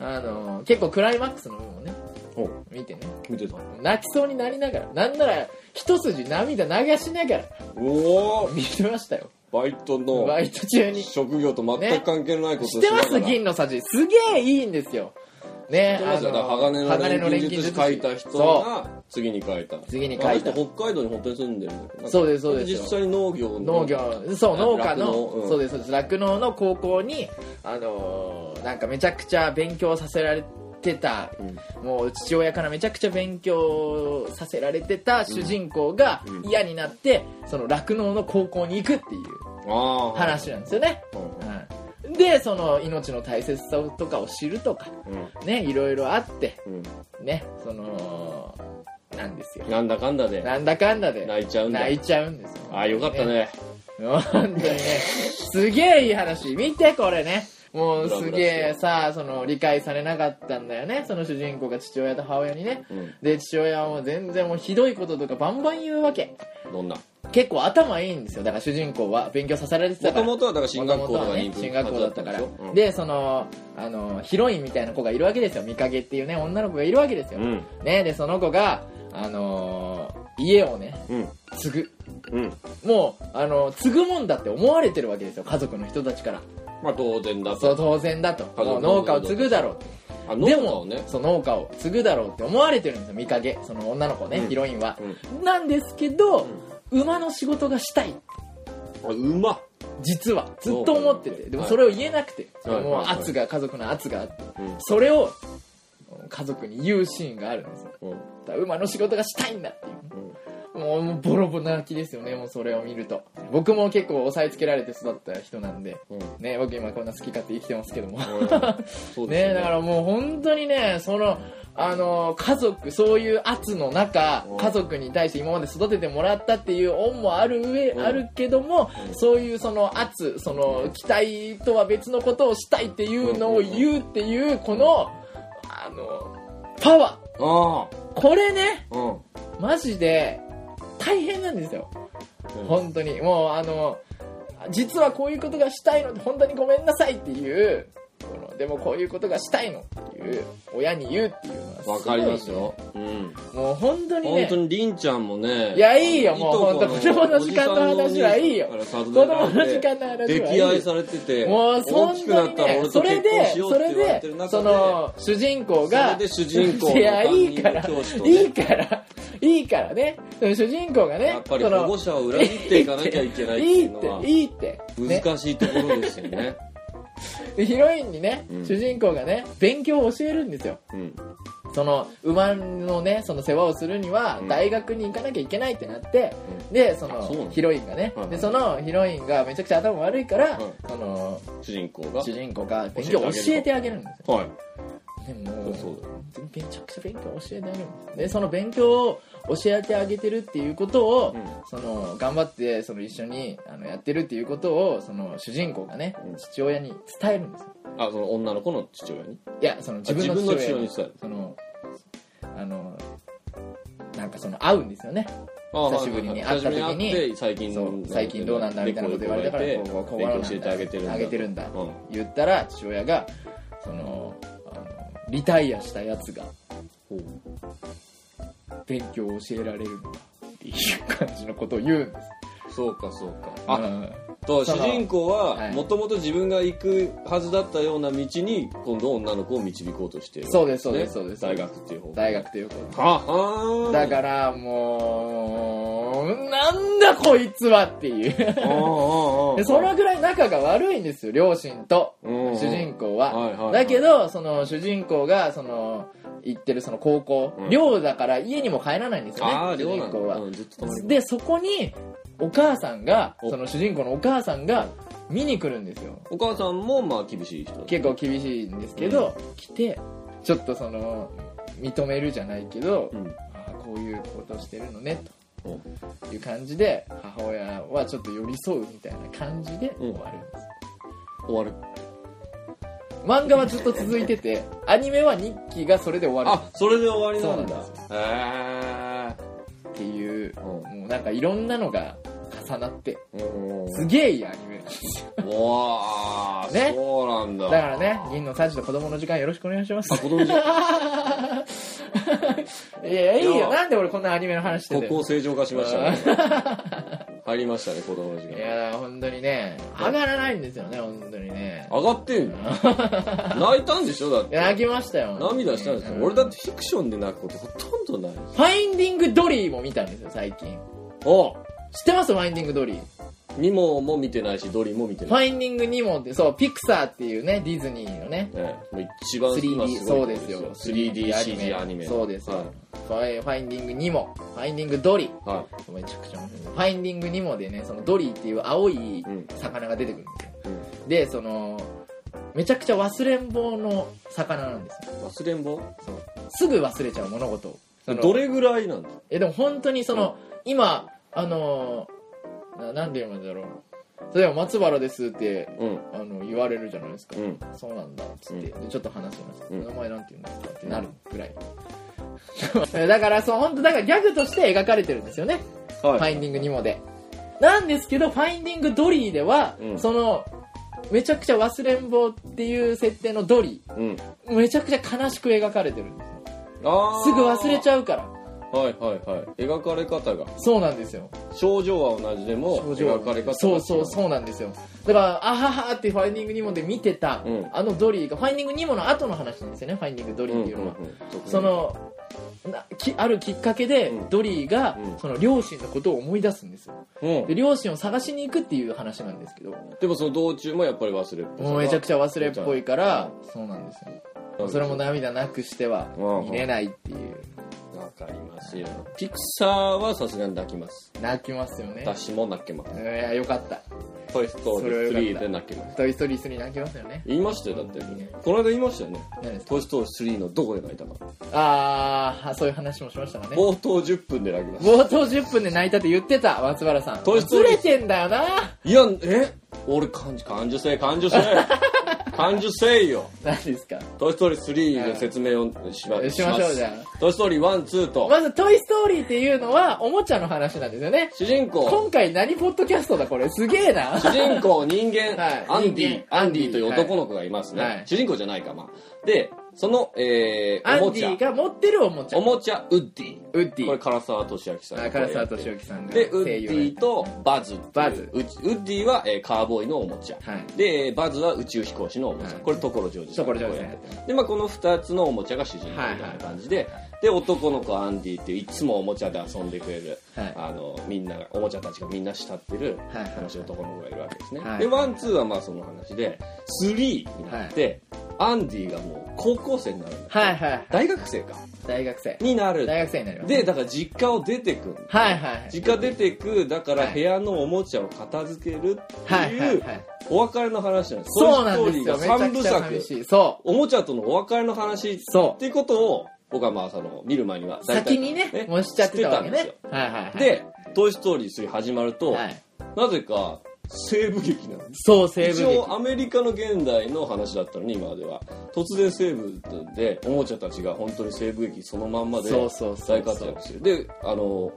[SPEAKER 1] あの、結構クライマックスの部分をね、
[SPEAKER 2] お
[SPEAKER 1] 見てね。
[SPEAKER 2] 見てた
[SPEAKER 1] 泣きそうになりながら、なんなら一筋涙流しながら
[SPEAKER 2] おお
[SPEAKER 1] 見てましたよ。
[SPEAKER 2] バイトの
[SPEAKER 1] バイト中に。知
[SPEAKER 2] 職業と全く関係ないこと
[SPEAKER 1] ってま
[SPEAKER 2] し
[SPEAKER 1] す
[SPEAKER 2] ながら
[SPEAKER 1] 銀のさじ。すげえいいんですよ。ね
[SPEAKER 2] そうですよだから鋼の
[SPEAKER 1] 鋼の錬
[SPEAKER 2] 錬
[SPEAKER 1] 金
[SPEAKER 2] 金術
[SPEAKER 1] 術
[SPEAKER 2] 師書いた人
[SPEAKER 1] そ
[SPEAKER 2] が次に書いた
[SPEAKER 1] 次に書いた
[SPEAKER 2] あの人北海道に本当に住んでるんだけど
[SPEAKER 1] そうですそうですよ
[SPEAKER 2] 実際に農業の
[SPEAKER 1] う農業そう農家の
[SPEAKER 2] 酪農うん
[SPEAKER 1] そうですそうです酪農の高校にあのーなんかめちゃくちゃ勉強させられてた、もう父親からめちゃくちゃ勉強させられてた主人公が
[SPEAKER 2] うん
[SPEAKER 1] 嫌になってその酪農の高校に行くっていう
[SPEAKER 2] ああ
[SPEAKER 1] 話なんですよね、
[SPEAKER 2] う
[SPEAKER 1] う
[SPEAKER 2] ん
[SPEAKER 1] ん、でその命の大切さとかを知るとかねいろいろあって
[SPEAKER 2] うん
[SPEAKER 1] ねそのなんですよ
[SPEAKER 2] うんなんだかんだで
[SPEAKER 1] なんだかんだで
[SPEAKER 2] 泣いちゃうんだ
[SPEAKER 1] 泣いちゃうんですよ
[SPEAKER 2] ああよかったね
[SPEAKER 1] 本当にねすげえいい話見てこれねもうすげえさその理解されなかったんだよねその主人公が父親と母親にね
[SPEAKER 2] うん
[SPEAKER 1] で父親はもう全然もうひどいこととかバンバン言うわけ
[SPEAKER 2] どんな
[SPEAKER 1] 結構頭いいんですよだから主人公は勉強させられて
[SPEAKER 2] も
[SPEAKER 1] たか
[SPEAKER 2] と
[SPEAKER 1] ら
[SPEAKER 2] もとはだから進学校と
[SPEAKER 1] は
[SPEAKER 2] かに
[SPEAKER 1] ね
[SPEAKER 2] 行く
[SPEAKER 1] 進学校だったから、
[SPEAKER 2] うん
[SPEAKER 1] でそのあのヒロインみたいな子がいるわけですよ見かけっていうね女の子がいるわけですよ、
[SPEAKER 2] うん
[SPEAKER 1] ねでその子があのー家をね
[SPEAKER 2] うん
[SPEAKER 1] 継ぐ
[SPEAKER 2] うん
[SPEAKER 1] もうあの継ぐもんだって思われてるわけですよ家族の人たちから
[SPEAKER 2] まあ当然だ
[SPEAKER 1] そ
[SPEAKER 2] と
[SPEAKER 1] う当然だと
[SPEAKER 2] 家族
[SPEAKER 1] もう農家を継ぐだろう
[SPEAKER 2] あ
[SPEAKER 1] で
[SPEAKER 2] 農家
[SPEAKER 1] も
[SPEAKER 2] をね
[SPEAKER 1] そう農家を継ぐだろうって思われてるんですよ見かけその女の子ね、
[SPEAKER 2] うん
[SPEAKER 1] ヒロインは、
[SPEAKER 2] う
[SPEAKER 1] なんですけど、馬の仕事がしたい
[SPEAKER 2] んあうまっ
[SPEAKER 1] 実はずっと思って
[SPEAKER 2] そう
[SPEAKER 1] て
[SPEAKER 2] か
[SPEAKER 1] でもそれを言えなくて、
[SPEAKER 2] はい
[SPEAKER 1] もう
[SPEAKER 2] はいはい
[SPEAKER 1] 圧が家族の圧があって
[SPEAKER 2] うん
[SPEAKER 1] それを家族に言うシーンがあるんですよ
[SPEAKER 2] うん
[SPEAKER 1] だから馬の仕事がしたいんだっていう
[SPEAKER 2] うん
[SPEAKER 1] もうもうボロボロ泣きですよねもうそれを見ると僕も結構押さえつけられて育った人なんで [LAUGHS]
[SPEAKER 2] うん
[SPEAKER 1] ね僕今こんな好き勝手生きてますけども
[SPEAKER 2] そうです
[SPEAKER 1] ねだからもう本当にねそのあの家族そういう圧の中
[SPEAKER 2] うん
[SPEAKER 1] 家族に対して今まで育ててもらったっていう恩もある上、
[SPEAKER 2] うん
[SPEAKER 1] あるけども、
[SPEAKER 2] うん
[SPEAKER 1] そういうその圧その期待とは別のことをしたいっていうのを言うっていうこの、あのパワ
[SPEAKER 2] あ
[SPEAKER 1] ーこれね
[SPEAKER 2] あうん
[SPEAKER 1] マジで大変なんですよ本当にもうあの実はこういうことがしたいので本当にごめんなさいっていうこのでもこういうことがしたいのっていう親に言うっていうのは
[SPEAKER 2] わ
[SPEAKER 1] ご
[SPEAKER 2] か
[SPEAKER 1] いね
[SPEAKER 2] りますよ。うん。
[SPEAKER 1] もう本当に
[SPEAKER 2] 本
[SPEAKER 1] ね
[SPEAKER 2] 当にりんちゃんもね。
[SPEAKER 1] いやいいよもう
[SPEAKER 2] いとこ
[SPEAKER 1] 本当子供の時間の話はいいよ
[SPEAKER 2] おじさん
[SPEAKER 1] 子
[SPEAKER 2] のお兄さ
[SPEAKER 1] 供
[SPEAKER 2] んから授か
[SPEAKER 1] の
[SPEAKER 2] って
[SPEAKER 1] 時間の話はいい
[SPEAKER 2] 溺愛されてて、
[SPEAKER 1] もうそ
[SPEAKER 2] 大
[SPEAKER 1] ん
[SPEAKER 2] きくな
[SPEAKER 1] な
[SPEAKER 2] っ
[SPEAKER 1] に
[SPEAKER 2] たら
[SPEAKER 1] ね
[SPEAKER 2] 俺と
[SPEAKER 1] それ
[SPEAKER 2] 結婚し
[SPEAKER 1] で
[SPEAKER 2] よう
[SPEAKER 1] そ
[SPEAKER 2] って
[SPEAKER 1] れ
[SPEAKER 2] 言われ
[SPEAKER 1] で
[SPEAKER 2] てる中で、
[SPEAKER 1] その主人公が
[SPEAKER 2] それで主人公の
[SPEAKER 1] [LAUGHS] いやいいか
[SPEAKER 2] 担
[SPEAKER 1] ら
[SPEAKER 2] 任の教師とね
[SPEAKER 1] いいからいいからねその主人公がね
[SPEAKER 2] やっぱり
[SPEAKER 1] その
[SPEAKER 2] 保護者を裏切っていかなきゃいけないって
[SPEAKER 1] いい
[SPEAKER 2] いう
[SPEAKER 1] っ
[SPEAKER 2] の
[SPEAKER 1] て
[SPEAKER 2] は、
[SPEAKER 1] [LAUGHS] いいってね
[SPEAKER 2] 難しいところですよね。
[SPEAKER 1] でヒロインにね、
[SPEAKER 2] うん
[SPEAKER 1] 主人公がね勉強を教えるんですよ
[SPEAKER 2] うん。
[SPEAKER 1] その馬のねその世話をするには
[SPEAKER 2] うん
[SPEAKER 1] 大学に行かなきゃいけないってなって、でそ
[SPEAKER 2] あそうな
[SPEAKER 1] の
[SPEAKER 2] の
[SPEAKER 1] ヒロインがね、
[SPEAKER 2] はいはい
[SPEAKER 1] でそのヒロインがめちゃくちゃ頭悪いから、
[SPEAKER 2] はい
[SPEAKER 1] その
[SPEAKER 2] 主人公が。
[SPEAKER 1] 主人公が勉強を教えてあげるんですよ
[SPEAKER 2] はい。
[SPEAKER 1] で
[SPEAKER 2] そ
[SPEAKER 1] も
[SPEAKER 2] うそうだよ。
[SPEAKER 1] めちゃくちゃ勉強を教えてあげるんですでその勉強を教えてあげてるっていうことを、
[SPEAKER 2] うん
[SPEAKER 1] その頑張ってその一緒にあのやってるっていうことをその主人公がね、
[SPEAKER 2] うん
[SPEAKER 1] 父親に伝えるんですよ
[SPEAKER 2] あ、その女の子の父親に。
[SPEAKER 1] いやその
[SPEAKER 2] あ
[SPEAKER 1] 自
[SPEAKER 2] 自
[SPEAKER 1] 分の
[SPEAKER 2] 分
[SPEAKER 1] 父親
[SPEAKER 2] の父親
[SPEAKER 1] に
[SPEAKER 2] に伝える。
[SPEAKER 1] そのあのなんかその会うんですよね
[SPEAKER 2] あ
[SPEAKER 1] 久しぶりに会った時に
[SPEAKER 2] 久しぶり会って最
[SPEAKER 1] そう
[SPEAKER 2] 近、
[SPEAKER 1] 最近どうなんだみたいなこと言われたから
[SPEAKER 2] で
[SPEAKER 1] こうこう
[SPEAKER 2] 勉
[SPEAKER 1] こう
[SPEAKER 2] 強教えてあげてるんだ。
[SPEAKER 1] あげてるんだ
[SPEAKER 2] うん。
[SPEAKER 1] 言ったら父親がそのあのリタイアしたやつが
[SPEAKER 2] ほう
[SPEAKER 1] 勉強を教えられるのだっていう感じのことを言うんです
[SPEAKER 2] そうかそうか。あ、
[SPEAKER 1] うん
[SPEAKER 2] と
[SPEAKER 1] そ
[SPEAKER 2] 主
[SPEAKER 1] の
[SPEAKER 2] 人公
[SPEAKER 1] は
[SPEAKER 2] はいもともと自分が行くはずだったような道に今度女の子を導こうとしている
[SPEAKER 1] そうですそうですそうです
[SPEAKER 2] 大学っていう方
[SPEAKER 1] 大学ということ
[SPEAKER 2] ははー
[SPEAKER 1] だからもうなんだこいつはっていう
[SPEAKER 2] あーあーあー
[SPEAKER 1] でそのぐらい仲が悪いんですよ両親と
[SPEAKER 2] うん
[SPEAKER 1] 主人公は、
[SPEAKER 2] はいはいはい
[SPEAKER 1] だけどその主人公がその行ってるその高校、
[SPEAKER 2] うん
[SPEAKER 1] 寮だから家にも帰らないんですよね
[SPEAKER 2] ああ
[SPEAKER 1] 主
[SPEAKER 2] 寮
[SPEAKER 1] 人
[SPEAKER 2] なん
[SPEAKER 1] 公は、
[SPEAKER 2] だうんずっと泊まり
[SPEAKER 1] でそこにお母さんが
[SPEAKER 2] お
[SPEAKER 1] その主人公のお母さんが見に来るんですよ
[SPEAKER 2] お母さんもまあ厳しい人
[SPEAKER 1] 結構厳しいんですけど、来てちょっとその認めるじゃないけど、
[SPEAKER 2] うん
[SPEAKER 1] ああこういうことしてるのね
[SPEAKER 2] うん
[SPEAKER 1] という感じで母親はちょっと寄り添うみたいな感じで終わるんです、
[SPEAKER 2] 終わる
[SPEAKER 1] 漫画はずっと続いて
[SPEAKER 2] [LAUGHS]
[SPEAKER 1] てアニメは日記がそれで終わ
[SPEAKER 2] あそれで終わりなんだ
[SPEAKER 1] そ
[SPEAKER 2] へ
[SPEAKER 1] るっていう
[SPEAKER 2] え
[SPEAKER 1] もうなんかいろんなのが重なって
[SPEAKER 2] うん
[SPEAKER 1] すげえいいアニメなんですよ
[SPEAKER 2] うわあ
[SPEAKER 1] ね
[SPEAKER 2] そうなんだ
[SPEAKER 1] だからね銀のサジと子供の時間よろしくお願いし
[SPEAKER 2] [LAUGHS]
[SPEAKER 1] ます
[SPEAKER 2] あ子供じゃ
[SPEAKER 1] いやいい
[SPEAKER 2] い
[SPEAKER 1] よ
[SPEAKER 2] や
[SPEAKER 1] なんで俺こんなアニメの話して
[SPEAKER 2] 国
[SPEAKER 1] て [LAUGHS]
[SPEAKER 2] 交正常化しましたねは入りましたね、子供の時
[SPEAKER 1] い
[SPEAKER 2] 間。
[SPEAKER 1] やー本当にね上がらないんですよね本当にね
[SPEAKER 2] 上がって
[SPEAKER 1] [LAUGHS]
[SPEAKER 2] んの泣いたんでしょだっ
[SPEAKER 1] い
[SPEAKER 2] て。
[SPEAKER 1] や泣きましたよ
[SPEAKER 2] 涙したんです
[SPEAKER 1] う
[SPEAKER 2] よ。俺だってフィクションで泣くことほとんどないです。
[SPEAKER 1] ファインディングドリーも見たんですよ最近
[SPEAKER 2] お
[SPEAKER 1] 知ってますファインディングドリー
[SPEAKER 2] ニモも見てないし、ドリーも見て
[SPEAKER 1] フ
[SPEAKER 2] な
[SPEAKER 1] ァ
[SPEAKER 2] い。
[SPEAKER 1] インディングニモってそうピクサーっていうねディズニーのね
[SPEAKER 2] ええもう一番今
[SPEAKER 1] 3D
[SPEAKER 2] す
[SPEAKER 1] そ
[SPEAKER 2] ご
[SPEAKER 1] うで
[SPEAKER 2] いとこ
[SPEAKER 1] すよ
[SPEAKER 2] 3D アニメ。アニメ。
[SPEAKER 1] そうですよ、
[SPEAKER 2] は
[SPEAKER 1] ファイファインディングニモファインディングドリー
[SPEAKER 2] い。は
[SPEAKER 1] めちゃくちゃ面白いファインディングニモでねそのドリーっていう青い
[SPEAKER 2] うん
[SPEAKER 1] 魚が出てくるんですよ
[SPEAKER 2] いうん
[SPEAKER 1] でそのめちゃくちゃ忘れん坊の魚なんですよ
[SPEAKER 2] 忘れん坊
[SPEAKER 1] そうすぐ忘れちゃう物事をその
[SPEAKER 2] どれぐらいなんだ
[SPEAKER 1] えでも本当にその、今あのーななんて言うんだろうそれでも松原ですって
[SPEAKER 2] うん。
[SPEAKER 1] あの言われるじゃないですか、
[SPEAKER 2] うん。
[SPEAKER 1] そうなんだっつって、でちょっと話しました、
[SPEAKER 2] うん
[SPEAKER 1] お前なんて言うんですかってなるぐらい [LAUGHS] だからそう本当だからギャグとして描かれてるんですよね、フ
[SPEAKER 2] は
[SPEAKER 1] ァ
[SPEAKER 2] い。
[SPEAKER 1] インディングニモでなんですけどファインディングドリーでは、
[SPEAKER 2] うん
[SPEAKER 1] そのめちゃくちゃ忘れん坊っていう設定のドリ
[SPEAKER 2] うん。
[SPEAKER 1] ーめちゃくちゃ悲しく描かれてるんですよ
[SPEAKER 2] あー
[SPEAKER 1] すぐ忘れちゃうから
[SPEAKER 2] はいはいはい。描かれ方が。
[SPEAKER 1] そうなんですよ
[SPEAKER 2] 症状は同じでも、
[SPEAKER 1] 症状
[SPEAKER 2] 描かれ方が違
[SPEAKER 1] そうそうそうなんですよだからあははってファインディングニモで見てた、
[SPEAKER 2] うん
[SPEAKER 1] あのドリーがファインディングニモの後の話なんですよねファインディングドリ
[SPEAKER 2] うん
[SPEAKER 1] ーっ
[SPEAKER 2] う
[SPEAKER 1] てい
[SPEAKER 2] ん
[SPEAKER 1] ううのは、
[SPEAKER 2] ん。
[SPEAKER 1] そ、のなきあるきっかけで、
[SPEAKER 2] うん
[SPEAKER 1] ドリーが、
[SPEAKER 2] うん
[SPEAKER 1] その両親のことを思い出すんですよ
[SPEAKER 2] うん
[SPEAKER 1] で。両親を探しに行くっていう話なんですけども
[SPEAKER 2] でもその道中もやっぱり忘れっぽさ
[SPEAKER 1] う
[SPEAKER 2] が
[SPEAKER 1] めちゃくちゃ忘れっぽいからそうなんですよそれも涙なくしては
[SPEAKER 2] うん
[SPEAKER 1] 見れないっていう
[SPEAKER 2] わかりますよピクサーはさすがに泣きます
[SPEAKER 1] 泣きますよね
[SPEAKER 2] 私も泣けます
[SPEAKER 1] いやよかった
[SPEAKER 2] 「トイ・ストー
[SPEAKER 1] それはよ
[SPEAKER 2] リー
[SPEAKER 1] かった
[SPEAKER 2] 3」で泣けま
[SPEAKER 1] 「
[SPEAKER 2] す
[SPEAKER 1] トイ・ストーリー3」泣きますよね
[SPEAKER 2] 言いましたよだってこの間言いましたよね
[SPEAKER 1] 何で
[SPEAKER 2] 「
[SPEAKER 1] すか
[SPEAKER 2] トイ・ストーリー3」のどこで泣いたか
[SPEAKER 1] ああそういう話もしましたかね
[SPEAKER 2] 冒頭10分で泣きます
[SPEAKER 1] 冒頭10分で泣いたって言ってた松原さん
[SPEAKER 2] トイストー
[SPEAKER 1] ず
[SPEAKER 2] リー
[SPEAKER 1] れてんだよない
[SPEAKER 2] やえ俺感じ感受性
[SPEAKER 1] [LAUGHS]
[SPEAKER 2] 感受性感受性よ
[SPEAKER 1] 何ですか
[SPEAKER 2] 「トイ・ストーリー3」の説明をしま
[SPEAKER 1] しまし
[SPEAKER 2] ま
[SPEAKER 1] ょう
[SPEAKER 2] す
[SPEAKER 1] じゃ
[SPEAKER 2] トイ・ストーリー1」2と
[SPEAKER 1] まず「トイ・ストーリー」っていうのはおもちゃの話なんですよね
[SPEAKER 2] 主人公
[SPEAKER 1] 今回何ポッドキャストだこれすげえな
[SPEAKER 2] 主人公人間、
[SPEAKER 1] はい
[SPEAKER 2] アンデ
[SPEAKER 1] 人
[SPEAKER 2] ィ
[SPEAKER 1] 間
[SPEAKER 2] アンディという男の子がいますね、
[SPEAKER 1] はい
[SPEAKER 2] 主人公じゃないかまあでその、え
[SPEAKER 1] ア
[SPEAKER 2] ー、お
[SPEAKER 1] ン
[SPEAKER 2] も
[SPEAKER 1] デ
[SPEAKER 2] ちゃ
[SPEAKER 1] ィが持ってるおもちゃ
[SPEAKER 2] お
[SPEAKER 1] ウ
[SPEAKER 2] もちゃウッディ
[SPEAKER 1] ッデ
[SPEAKER 2] こ
[SPEAKER 1] ィ
[SPEAKER 2] れ唐沢俊明さん
[SPEAKER 1] あ唐沢俊之さんが
[SPEAKER 2] でウッデ
[SPEAKER 1] 優をやっ
[SPEAKER 2] ィとバズっていう
[SPEAKER 1] バズ
[SPEAKER 2] うちウッディは、えーカーボーイのおもちゃ、
[SPEAKER 1] はい
[SPEAKER 2] でえーバズは宇宙飛行士のおもち
[SPEAKER 1] はい
[SPEAKER 2] ゃ、これ所ジョージさん
[SPEAKER 1] 所ジョージさん
[SPEAKER 2] こうやってで、まあ、この2つのおもちゃが主人公みたいな感じで、で男の子アンディっていういつもおもちゃで遊んでくれる、
[SPEAKER 1] はい
[SPEAKER 2] あのみんながおもちゃたちがみんな慕ってる
[SPEAKER 1] はいはい
[SPEAKER 2] 話の男の子がいるわけですね、
[SPEAKER 1] はい
[SPEAKER 2] でワンツーはまあその話でスリーになって、アンディがもう高校生になるんだって
[SPEAKER 1] はいはいはい
[SPEAKER 2] 大学生か
[SPEAKER 1] 大学生
[SPEAKER 2] になる
[SPEAKER 1] 大学生になります
[SPEAKER 2] でだから実家を出てくんだ
[SPEAKER 1] はいはいはい
[SPEAKER 2] 実家出てくだから
[SPEAKER 1] はい
[SPEAKER 2] 部屋のおもちゃを片付けるって
[SPEAKER 1] はいはいいうはい
[SPEAKER 2] お別れの話なんです
[SPEAKER 1] そうなんですよ
[SPEAKER 2] ト
[SPEAKER 1] め
[SPEAKER 2] イス
[SPEAKER 1] ち
[SPEAKER 2] ト
[SPEAKER 1] ゃ
[SPEAKER 2] ーリーが三
[SPEAKER 1] く
[SPEAKER 2] 部
[SPEAKER 1] ちゃ
[SPEAKER 2] 作
[SPEAKER 1] 寂しいそ
[SPEAKER 2] おもちゃとのお別れの話っ
[SPEAKER 1] うそう
[SPEAKER 2] ていうことを僕はまあその見る前には大体
[SPEAKER 1] 先にねもうしちゃってたわけ
[SPEAKER 2] 知って
[SPEAKER 1] ね
[SPEAKER 2] たん
[SPEAKER 1] は
[SPEAKER 2] で
[SPEAKER 1] いはいはい
[SPEAKER 2] すよで「トイ・ストーリー3」始まると、
[SPEAKER 1] はい
[SPEAKER 2] なぜか西部劇なんです
[SPEAKER 1] そう西
[SPEAKER 2] 一
[SPEAKER 1] 部劇
[SPEAKER 2] 応アメリカの現代の話だったのに今までは突然西部でおもちゃたちが本当に西部劇そのまんまで
[SPEAKER 1] そうそうそ
[SPEAKER 2] 大
[SPEAKER 1] う
[SPEAKER 2] 活躍してるであの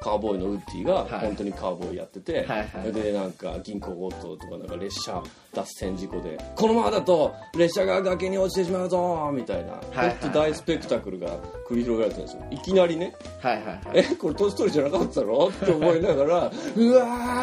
[SPEAKER 2] カーボーイのウッディが本当にカーボーイやってて、
[SPEAKER 1] はいはい
[SPEAKER 2] でなんか銀行強盗とかなんか列車脱線事故でこのままだと列車が崖に落ちてしまうぞみたいな、
[SPEAKER 1] いはいはい
[SPEAKER 2] 本当大スペクタクルが繰り広げられてるんですよいきなりね
[SPEAKER 1] はいはいはい
[SPEAKER 2] [LAUGHS] えこれ年取りじゃなかったのって思いながらうわ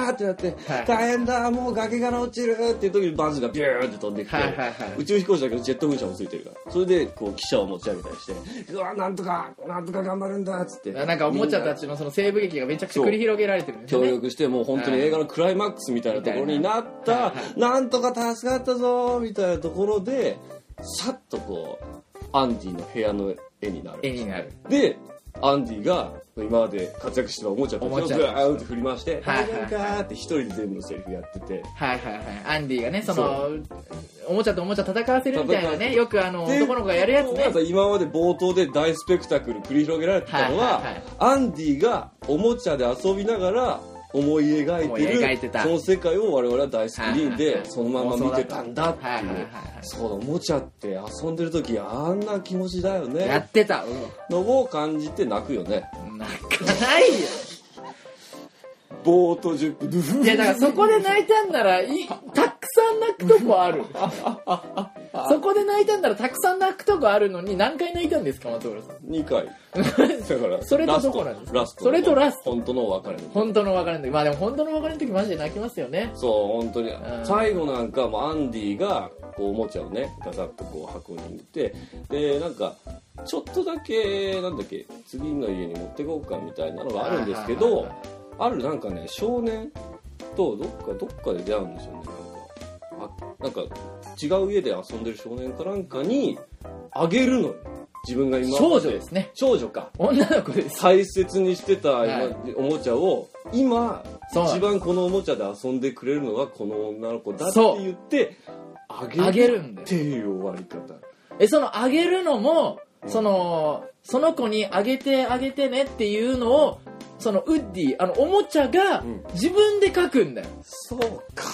[SPEAKER 2] ーってなって
[SPEAKER 1] はい
[SPEAKER 2] 大変だもう崖から落ちるっていう時にバズがビューって飛んできて、
[SPEAKER 1] はいはいはい
[SPEAKER 2] 宇宙飛行士だけどジェット噴射もついてるからそれでこう汽車を持ち上げたりしてうわーなんとかなんとか頑張るんだっつっ
[SPEAKER 1] [LAUGHS]
[SPEAKER 2] て
[SPEAKER 1] なんかおもちゃたちのその西部劇がめちゃくちゃ繰り広げられてるんですよ
[SPEAKER 2] 協
[SPEAKER 1] ね
[SPEAKER 2] 力してもう本当に映画のクライマックスみたいなところになった、
[SPEAKER 1] はい
[SPEAKER 2] なんとか助かったぞーみたいなところでさっとこうアンディの部屋の絵になる
[SPEAKER 1] 絵になる
[SPEAKER 2] でアンディが今まで活躍してたおもちゃたち
[SPEAKER 1] おも
[SPEAKER 2] を
[SPEAKER 1] ちゃ
[SPEAKER 2] ぐわーって振り回して「
[SPEAKER 1] はいはい
[SPEAKER 2] なんかーって一人で全部のセリフやってて。
[SPEAKER 1] はいはいはいアンディがねそ
[SPEAKER 2] そ
[SPEAKER 1] のおもちゃとおもちゃ戦わせるみたいな
[SPEAKER 2] 戦わ
[SPEAKER 1] ねよくあの男の子がやるやつね
[SPEAKER 2] で今まで冒頭で大スペクタクル繰り広げられてたのは,、
[SPEAKER 1] はいはいはい
[SPEAKER 2] アンディがおもちゃで遊びながら思い描
[SPEAKER 1] 思
[SPEAKER 2] い
[SPEAKER 1] い
[SPEAKER 2] てる
[SPEAKER 1] 描いてた
[SPEAKER 2] その世界を我々は大スクリー
[SPEAKER 1] はい
[SPEAKER 2] ン
[SPEAKER 1] はい
[SPEAKER 2] で
[SPEAKER 1] はい
[SPEAKER 2] そのまま見てたんだっていう、
[SPEAKER 1] はいはいはいはい
[SPEAKER 2] そうだおもちゃって遊んでる時あんな気持ちだよ
[SPEAKER 1] や
[SPEAKER 2] ね
[SPEAKER 1] ってたうん
[SPEAKER 2] のを感じて泣くよね
[SPEAKER 1] 泣かないよ
[SPEAKER 2] 冒頭10分ドゥフ
[SPEAKER 1] [LAUGHS]
[SPEAKER 2] [LAUGHS]
[SPEAKER 1] いやだからそこで泣いたんならいたくさん泣くとこあるそこで泣いたんならたくさん泣くとこあるのに何回泣いたんですか松浦さん
[SPEAKER 2] 2回だか
[SPEAKER 1] [LAUGHS]
[SPEAKER 2] ら
[SPEAKER 1] それと
[SPEAKER 2] ラスト
[SPEAKER 1] どこなんですか
[SPEAKER 2] ラスト
[SPEAKER 1] それとラス
[SPEAKER 2] 本当のお別れの
[SPEAKER 1] 本当の別れの時まあでも本当の別れの時マジで泣きますよね
[SPEAKER 2] そう本当に
[SPEAKER 1] ん
[SPEAKER 2] 最後なんかもうアンディがこうおもちゃをねガサッとこう箱に入れてでなんかちょっとだけなんだっけ次の家に持ってこうかみたいなのがあるんですけ
[SPEAKER 1] はいはい
[SPEAKER 2] ど
[SPEAKER 1] はい
[SPEAKER 2] あるなんかね少年とどっかどっかで出会うんですよねなんかあなんか違う家で遊んでる少年かなんかにあげるのよ自分が今ま
[SPEAKER 1] 少女ですね
[SPEAKER 2] 少女か
[SPEAKER 1] 女の子です
[SPEAKER 2] 大切にしてた今、
[SPEAKER 1] はい
[SPEAKER 2] おもちゃを今
[SPEAKER 1] そう
[SPEAKER 2] 一番このおもちゃで遊んでくれるのはこの女の子だって
[SPEAKER 1] そう
[SPEAKER 2] 言ってあげる
[SPEAKER 1] あげるんだ
[SPEAKER 2] っ
[SPEAKER 1] よ
[SPEAKER 2] ていう終わり方
[SPEAKER 1] えそのあげるのもそのその子にあげてあげてねっていうのをそのウッディあのおもちゃが
[SPEAKER 2] うん
[SPEAKER 1] 自分で書くんだよ
[SPEAKER 2] そうか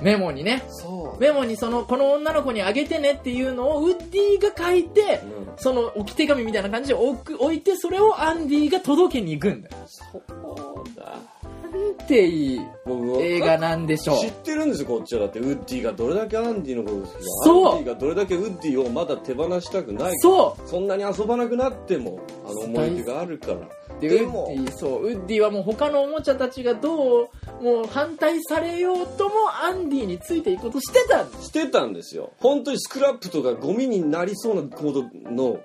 [SPEAKER 1] メモにね
[SPEAKER 2] そう
[SPEAKER 1] メモにそのこの女の子にあげてねっていうのをウッディが書いて
[SPEAKER 2] うん
[SPEAKER 1] その置き手紙みたいな感じで置く置いてそれをアンディが届けに行くんだよ
[SPEAKER 2] そうだ
[SPEAKER 1] なんていい
[SPEAKER 2] 僕
[SPEAKER 1] 映画なんでしょう
[SPEAKER 2] 知ってるんですよこっちはだってウッディがどれだけアンディのこと好きか
[SPEAKER 1] そう
[SPEAKER 2] アンディがどれだけウッディをまだ手放したくないか
[SPEAKER 1] そ
[SPEAKER 2] そんなに遊ばなくなってもあの思い出があるから
[SPEAKER 1] うで
[SPEAKER 2] で
[SPEAKER 1] ウッ
[SPEAKER 2] も
[SPEAKER 1] ディそうウッディはもう他のおもちゃたちがどうもう反対されようともアンディについていこうとしてたんだ
[SPEAKER 2] してたんですよ本当にスクラップとかゴミになりそうな行動の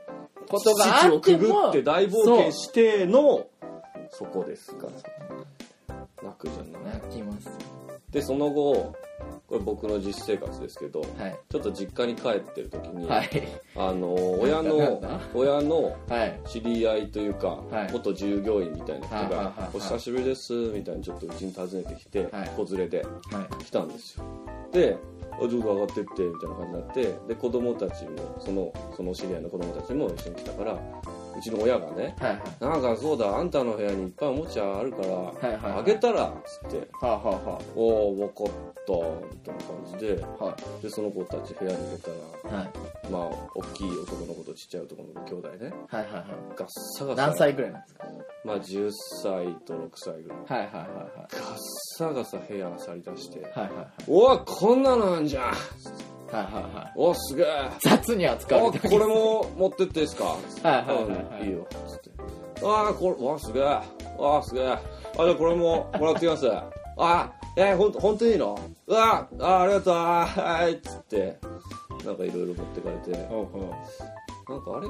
[SPEAKER 1] ことがあって
[SPEAKER 2] 基地をくぐ
[SPEAKER 1] も
[SPEAKER 2] って大冒険してのそこですから泣くじゃ
[SPEAKER 1] そう
[SPEAKER 2] ない
[SPEAKER 1] 泣きますよ
[SPEAKER 2] でその後これ僕の実生活ですけど
[SPEAKER 1] はい
[SPEAKER 2] ちょっと実家に帰ってる時に、
[SPEAKER 1] はい
[SPEAKER 2] あの親
[SPEAKER 1] なん
[SPEAKER 2] の
[SPEAKER 1] だなんだ
[SPEAKER 2] 親の
[SPEAKER 1] はい
[SPEAKER 2] 知り合いというか、
[SPEAKER 1] はい
[SPEAKER 2] 元従業員みたいな人
[SPEAKER 1] はいはいはい
[SPEAKER 2] が
[SPEAKER 1] はい
[SPEAKER 2] 「お久しぶりです」みたいにちょっとうちに訪ねてきて
[SPEAKER 1] はい
[SPEAKER 2] 子連れで
[SPEAKER 1] はい
[SPEAKER 2] 来たんですよであどうぞ上がってってみたいな感じになってで子供たちもそのその知り合いの子供たちも一緒に来たからうちの親がね
[SPEAKER 1] はい
[SPEAKER 2] 「なんかそうだあんたの部屋にいっぱいおもちゃあるから
[SPEAKER 1] はいはい
[SPEAKER 2] あげたら」っつって
[SPEAKER 1] はあはあは
[SPEAKER 2] 「おお分かった」みたいな感じで
[SPEAKER 1] あは
[SPEAKER 2] でその子たち部屋に入れたら
[SPEAKER 1] いはい
[SPEAKER 2] まあ大きい男の子とちっちゃい男の子兄弟ね
[SPEAKER 1] はいはいは
[SPEAKER 2] ガッサガ
[SPEAKER 1] い
[SPEAKER 2] サ
[SPEAKER 1] 何歳ぐらいなんですか
[SPEAKER 2] まあ10歳と6歳ぐらい
[SPEAKER 1] はいはいはい
[SPEAKER 2] ガッサガサ部屋漁り出して
[SPEAKER 1] はいはいはい
[SPEAKER 2] 「おわこんなのあんじゃん
[SPEAKER 1] はいはいはい
[SPEAKER 2] おすげえ!」
[SPEAKER 1] 雑に扱
[SPEAKER 2] あ
[SPEAKER 1] わ
[SPEAKER 2] こ
[SPEAKER 1] れた
[SPEAKER 2] れも持ってっていいですか?」
[SPEAKER 1] はいはいはいはい
[SPEAKER 2] うんいいよ」つって「ああこれわあすげえああすげえあじゃあこれももらってきます」 [LAUGHS] ああえー、ほんとほんといいのうわああありがとうあーはい」っつってなんかいろいろ持ってかれてなんか
[SPEAKER 1] ほうほう
[SPEAKER 2] あれ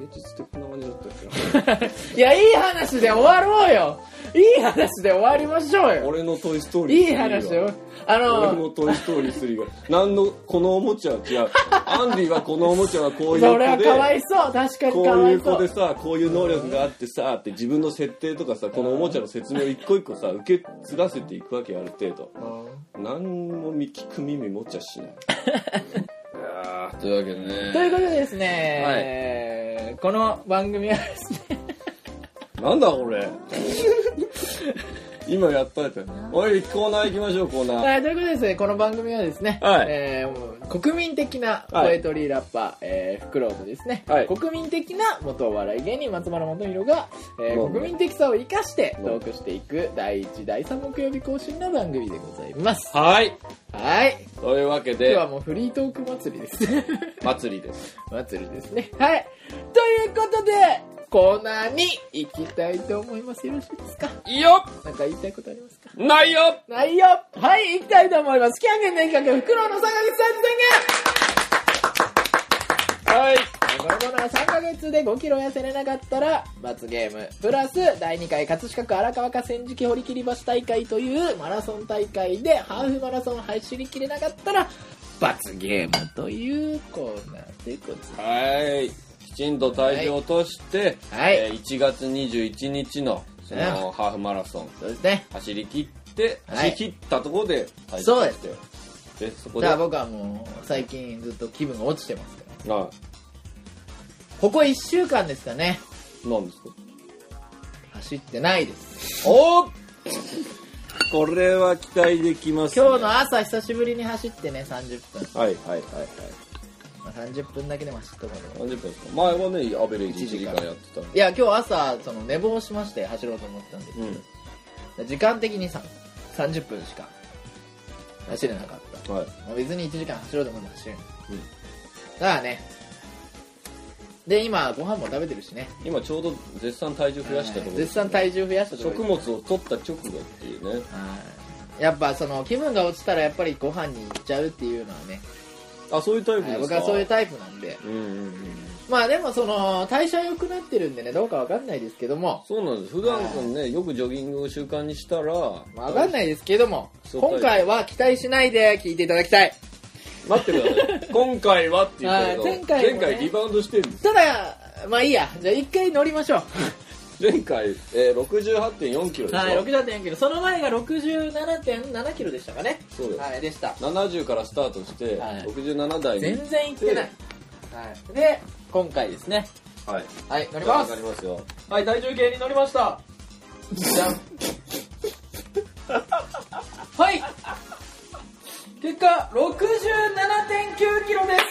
[SPEAKER 2] 芸術的な感じだったっ
[SPEAKER 1] いや、いい話で終わろうよいい話で終わりましょう
[SPEAKER 2] けな [LAUGHS]
[SPEAKER 1] よ
[SPEAKER 2] 俺の「トイ・ストーリ
[SPEAKER 1] い
[SPEAKER 2] ー3」
[SPEAKER 1] い話だよ。あ
[SPEAKER 2] 俺
[SPEAKER 1] の
[SPEAKER 2] の、トイ・ストーリー3が何のこのおもちゃは違うアンディはこのおもちゃはこういう
[SPEAKER 1] それ
[SPEAKER 2] 子
[SPEAKER 1] は
[SPEAKER 2] で
[SPEAKER 1] かわいそう確
[SPEAKER 2] [LAUGHS]
[SPEAKER 1] かにか
[SPEAKER 2] こう
[SPEAKER 1] わ
[SPEAKER 2] い
[SPEAKER 1] いうそ
[SPEAKER 2] 子で
[SPEAKER 1] う
[SPEAKER 2] さこういう能力があってさって自分の設定とかさこのおもちゃの説明を一個一個さ受け継がせていくわけよある程度何も見聞く耳持っちゃしないいやーというわけでね
[SPEAKER 1] ということでですね、この番組はですね、
[SPEAKER 2] なんだこ [LAUGHS] れ今やったやつおいコーナー行きましょうコーナー
[SPEAKER 1] はい、ということでですね、この番組はですね、
[SPEAKER 2] はい
[SPEAKER 1] えー国民的なポエトリーラッパー、えー、フクロウとですね、
[SPEAKER 2] はい
[SPEAKER 1] 国民的な元お笑い芸人松原元宏が、えー
[SPEAKER 2] どうも
[SPEAKER 1] 国民的さを生かして
[SPEAKER 2] どう
[SPEAKER 1] ト
[SPEAKER 2] も
[SPEAKER 1] ークしていく第1、第3木曜日更新の番組でございます。
[SPEAKER 2] はい
[SPEAKER 1] はい。
[SPEAKER 2] というわけ
[SPEAKER 1] 今日
[SPEAKER 2] で
[SPEAKER 1] はもうフリートーク祭りです [LAUGHS] ね。
[SPEAKER 2] 祭りです
[SPEAKER 1] 祭りですね。はい。ということで、コーナーに行きたいと思います。よろしいですか
[SPEAKER 2] いいよ
[SPEAKER 1] なんか言いたいことありますか
[SPEAKER 2] ないよ
[SPEAKER 1] ないよはい、行きたいと思います。キャンゲン年間フクロウの3ヶ月
[SPEAKER 2] はい
[SPEAKER 1] 宣言このコーナーは3ヶ月で5キロ痩せれなかったら、罰ゲーム、プラス、第2回葛飾区荒川河川敷堀切橋大会というマラソン大会で、ハーフマラソン走りきれなかったら、罰ゲームというコーナーでございます。
[SPEAKER 2] はい。きちんと体重を落として、
[SPEAKER 1] はい
[SPEAKER 2] えー1月21日のそのハーフマラソン
[SPEAKER 1] そうですね。
[SPEAKER 2] 走り切って、
[SPEAKER 1] はい
[SPEAKER 2] 走り切ったところで体重を
[SPEAKER 1] そう
[SPEAKER 2] 落
[SPEAKER 1] で
[SPEAKER 2] として。で、そこ
[SPEAKER 1] じゃ
[SPEAKER 2] で、
[SPEAKER 1] あ
[SPEAKER 2] はい。
[SPEAKER 1] 僕はもう最近ずっと気分が落ちてますからここ1週間ですかね
[SPEAKER 2] 何ですか
[SPEAKER 1] 走ってないです
[SPEAKER 2] おー [LAUGHS] これは期待できます、
[SPEAKER 1] 今日の朝久しぶりに走ってね30分、
[SPEAKER 2] の。はいはいはいはい。
[SPEAKER 1] まあ、30分だけでも走っとこうと思う
[SPEAKER 2] 何十分ですか前はね、アベレージ
[SPEAKER 1] 1
[SPEAKER 2] 1
[SPEAKER 1] 時
[SPEAKER 2] 時
[SPEAKER 1] 間
[SPEAKER 2] 間やってたの
[SPEAKER 1] いや今日朝その寝坊しまして走ろうと思ってたんで
[SPEAKER 2] う
[SPEAKER 1] 時間的にさ30分しか走れなかった
[SPEAKER 2] ん。はい。
[SPEAKER 1] まあ別に1時間走ろうと思っても走れない
[SPEAKER 2] うん
[SPEAKER 1] だからねで今ご飯も食べてるしね
[SPEAKER 2] 今ちょうど絶賛体重増やしたところ
[SPEAKER 1] 絶賛体重増やしたとこ
[SPEAKER 2] 食
[SPEAKER 1] ろ
[SPEAKER 2] 物を取った直後っていうね
[SPEAKER 1] はいやっぱその気分が落ちたらやっぱりご飯に行っちゃうっていうのはね
[SPEAKER 2] あそういうタイプ
[SPEAKER 1] は
[SPEAKER 2] で
[SPEAKER 1] い
[SPEAKER 2] す
[SPEAKER 1] 僕
[SPEAKER 2] か
[SPEAKER 1] はそういうタイプなんで
[SPEAKER 2] うんうんうん
[SPEAKER 1] まあでもその代謝良くなってるんでねどうかわかんないですけども
[SPEAKER 2] そうなんです普段からねよくジョギングを習慣にしたら
[SPEAKER 1] わかんないですけども
[SPEAKER 2] そう
[SPEAKER 1] 今回は期待しないで聞いていただきたい
[SPEAKER 2] 待ってください今回はって言ったけど
[SPEAKER 1] はい前回もね
[SPEAKER 2] 前回リバウンドしてるんです
[SPEAKER 1] ただまあいいやじゃあ一回乗りましょ
[SPEAKER 2] 前回、えー、68.4キロ
[SPEAKER 1] う
[SPEAKER 2] でしょ、
[SPEAKER 1] はい67.4キロその前が67.7キロでしたかね
[SPEAKER 2] そうです、
[SPEAKER 1] はいでした
[SPEAKER 2] 70からスタートして、
[SPEAKER 1] はい
[SPEAKER 2] 67台に
[SPEAKER 1] 全然行ってない、はい、で今回ですね
[SPEAKER 2] はい
[SPEAKER 1] はい乗りま
[SPEAKER 2] わ
[SPEAKER 1] す
[SPEAKER 2] かりますよ
[SPEAKER 1] はい体重計に乗りましたじゃん [LAUGHS] はい結果6 7 9キロです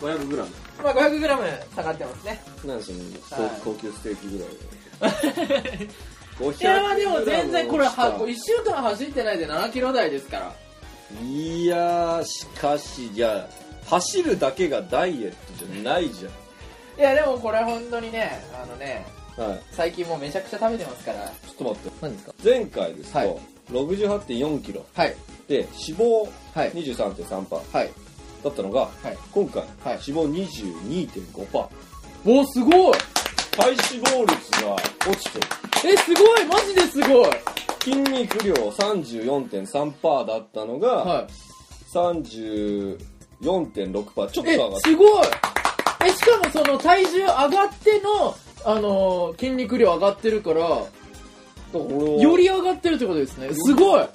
[SPEAKER 2] 500グラム
[SPEAKER 1] まあ 500g 下がってますね
[SPEAKER 2] なんでしょうね
[SPEAKER 1] はい
[SPEAKER 2] 高高級ステーキぐらいで500
[SPEAKER 1] [LAUGHS] いやまあでも全然これ
[SPEAKER 2] グラムを
[SPEAKER 1] 1週間走ってないで7キロ台ですから
[SPEAKER 2] いやーしかしいや走るだけがダイエットじゃないじ
[SPEAKER 1] いやでもこれ本当にねあのね
[SPEAKER 2] ゃんはい
[SPEAKER 1] 最近もうめちゃくちゃ食べてますから
[SPEAKER 2] ちょっと待って
[SPEAKER 1] 何ですか
[SPEAKER 2] 前回ですと、
[SPEAKER 1] はい
[SPEAKER 2] 68.4キロ
[SPEAKER 1] はい
[SPEAKER 2] で脂肪
[SPEAKER 1] はい
[SPEAKER 2] 23.3%
[SPEAKER 1] はい
[SPEAKER 2] だったのが、
[SPEAKER 1] はい
[SPEAKER 2] 今回、
[SPEAKER 1] はい
[SPEAKER 2] 脂肪22.5%
[SPEAKER 1] おーすごい
[SPEAKER 2] 体脂肪率が落ちてる
[SPEAKER 1] えすごいマジですごい
[SPEAKER 2] 筋肉量34.3%だったのが、
[SPEAKER 1] はい
[SPEAKER 2] 34.6%ちょっと
[SPEAKER 1] え
[SPEAKER 2] 上がっ
[SPEAKER 1] すごいえしかもその体重上がってのあのー筋肉量上がってるから
[SPEAKER 2] たよ
[SPEAKER 1] より上がってるってことですねすごい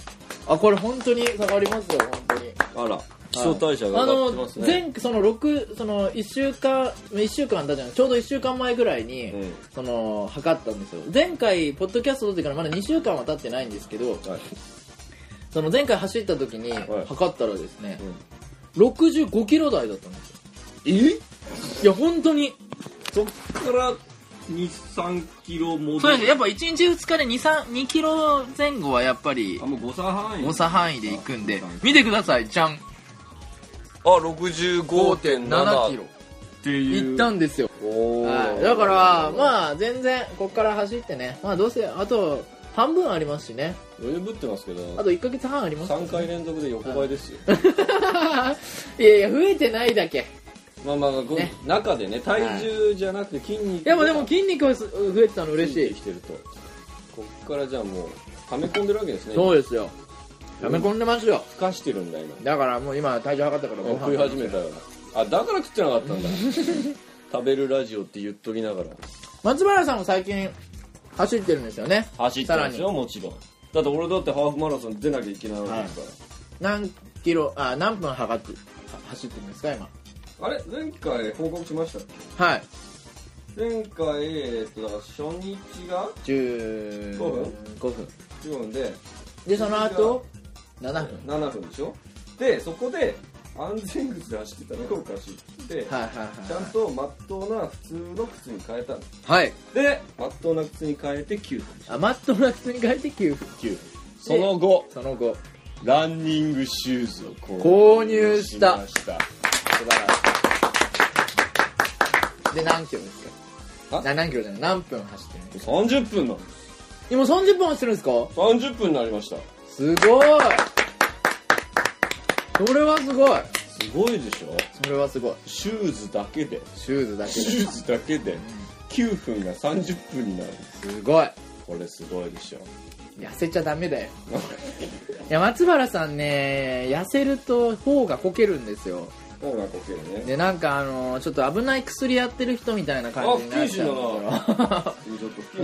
[SPEAKER 1] あこれ本当に下がりますよ本当に
[SPEAKER 2] あら基礎代謝が
[SPEAKER 1] あ
[SPEAKER 2] 上がって
[SPEAKER 1] の
[SPEAKER 2] ますね、
[SPEAKER 1] 前その6その1週間1週間だじゃんちょうど1週間前ぐらいに、
[SPEAKER 2] うん
[SPEAKER 1] その測ったんですよ前回ポッドキャスト撮ってからまだ2週間は経ってないんですけど
[SPEAKER 2] はい
[SPEAKER 1] その前回走った時に
[SPEAKER 2] はい
[SPEAKER 1] 測ったらですね
[SPEAKER 2] う、ん
[SPEAKER 1] 65キロ台だったんですよ
[SPEAKER 2] え
[SPEAKER 1] いや本当に
[SPEAKER 2] そっから23キロ戻
[SPEAKER 1] そうですやっぱ1日2日で2 3 2キロ前後はやっぱり
[SPEAKER 2] あもう誤差範囲
[SPEAKER 1] 誤差範囲でいくんで見てくださいじゃん
[SPEAKER 2] あ65.7
[SPEAKER 1] 5.7キロ
[SPEAKER 2] っていう
[SPEAKER 1] いったんですよ
[SPEAKER 2] おー
[SPEAKER 1] はいだからまあ全然こっから走ってねまあどうせあと半分ありますしね
[SPEAKER 2] 余裕ぶってますけど
[SPEAKER 1] あと1ヶ月半あります
[SPEAKER 2] 3回連続で横ばいですよ
[SPEAKER 1] [LAUGHS] いやいや増えてないだけ
[SPEAKER 2] まあまあこう
[SPEAKER 1] ね
[SPEAKER 2] 中でね体重じゃなくて筋肉
[SPEAKER 1] でもでも
[SPEAKER 2] が
[SPEAKER 1] 筋肉がす増えてたの嬉し
[SPEAKER 2] ついて
[SPEAKER 1] い
[SPEAKER 2] きてるとこっからじゃあもう溜め込んでるわけですね
[SPEAKER 1] そう
[SPEAKER 2] う
[SPEAKER 1] ですよやめ込んでますよ
[SPEAKER 2] ふかしてるんだ今
[SPEAKER 1] だからもう今体重測ったからご飯
[SPEAKER 2] 食い始めたよあだから食ってなかったんだ
[SPEAKER 1] [LAUGHS]
[SPEAKER 2] 食べるラジオって言っときながら
[SPEAKER 1] 松原さんも最近走ってるんですよね
[SPEAKER 2] 走ってますよもちろんだって俺だってハーフマラソン出なきゃいけないわけですか
[SPEAKER 1] 何キロあ何分測っては走ってるんですか今
[SPEAKER 2] ら、あれ前回報告しましたっけ
[SPEAKER 1] はい
[SPEAKER 2] 前回えっとだから初日が
[SPEAKER 1] 15分5分
[SPEAKER 2] 4分で
[SPEAKER 1] でその後7分
[SPEAKER 2] 7分でしょでそこで安全靴で走ってたのがおかしいって
[SPEAKER 1] はいはい
[SPEAKER 2] ちゃんとまっとうな普通の靴に変えたの
[SPEAKER 1] はいはい
[SPEAKER 2] でまっとうな靴に変えて9分
[SPEAKER 1] あマットな靴に変えて9分
[SPEAKER 2] 9分その後
[SPEAKER 1] その後
[SPEAKER 2] ランニングシューズを
[SPEAKER 1] 購入した
[SPEAKER 2] 購入しました
[SPEAKER 1] 素晴らしいで何キロですか
[SPEAKER 2] あ
[SPEAKER 1] な何キロじゃない何分走ってるの
[SPEAKER 2] 30分なんです
[SPEAKER 1] 今30分走ってるんですか
[SPEAKER 2] 30分になりました
[SPEAKER 1] すごいそれはすごい
[SPEAKER 2] すごいでしょ
[SPEAKER 1] それはすごい
[SPEAKER 2] シューズだけ [LAUGHS] で
[SPEAKER 1] シューズだけ
[SPEAKER 2] シ
[SPEAKER 1] で
[SPEAKER 2] ューズだけで9分が30分になる
[SPEAKER 1] すごい
[SPEAKER 2] これすごいでしょ
[SPEAKER 1] 痩せちゃダメだよ [LAUGHS] いや松原さんね痩せると頬がこけるんですよ
[SPEAKER 2] ほらこけるね
[SPEAKER 1] でなんかあのちょっと危ない薬やってる人みたいな感じになっちゃうんですよ
[SPEAKER 2] ちょっと 不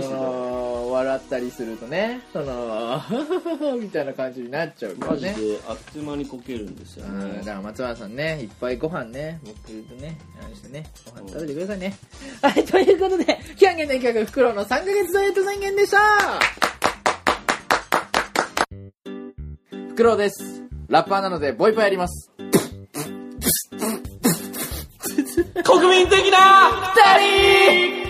[SPEAKER 1] [LAUGHS] そ
[SPEAKER 2] 謹慎だ
[SPEAKER 1] の笑ったりするとねその [LAUGHS] みたいな感じになっちゃうから
[SPEAKER 2] マジ
[SPEAKER 1] ね
[SPEAKER 2] であっという間にこけるんですよ
[SPEAKER 1] うんだか
[SPEAKER 2] ね
[SPEAKER 1] ら松原さんねいっぱいご飯ね僕とねあれしてねご飯食べてくださいねはいということでキャンゲンの企画フクロウの3ヶ月ダイエット宣言でしたフクロウですラッパーなのでボイパやります
[SPEAKER 2] 国民的な
[SPEAKER 1] ダリー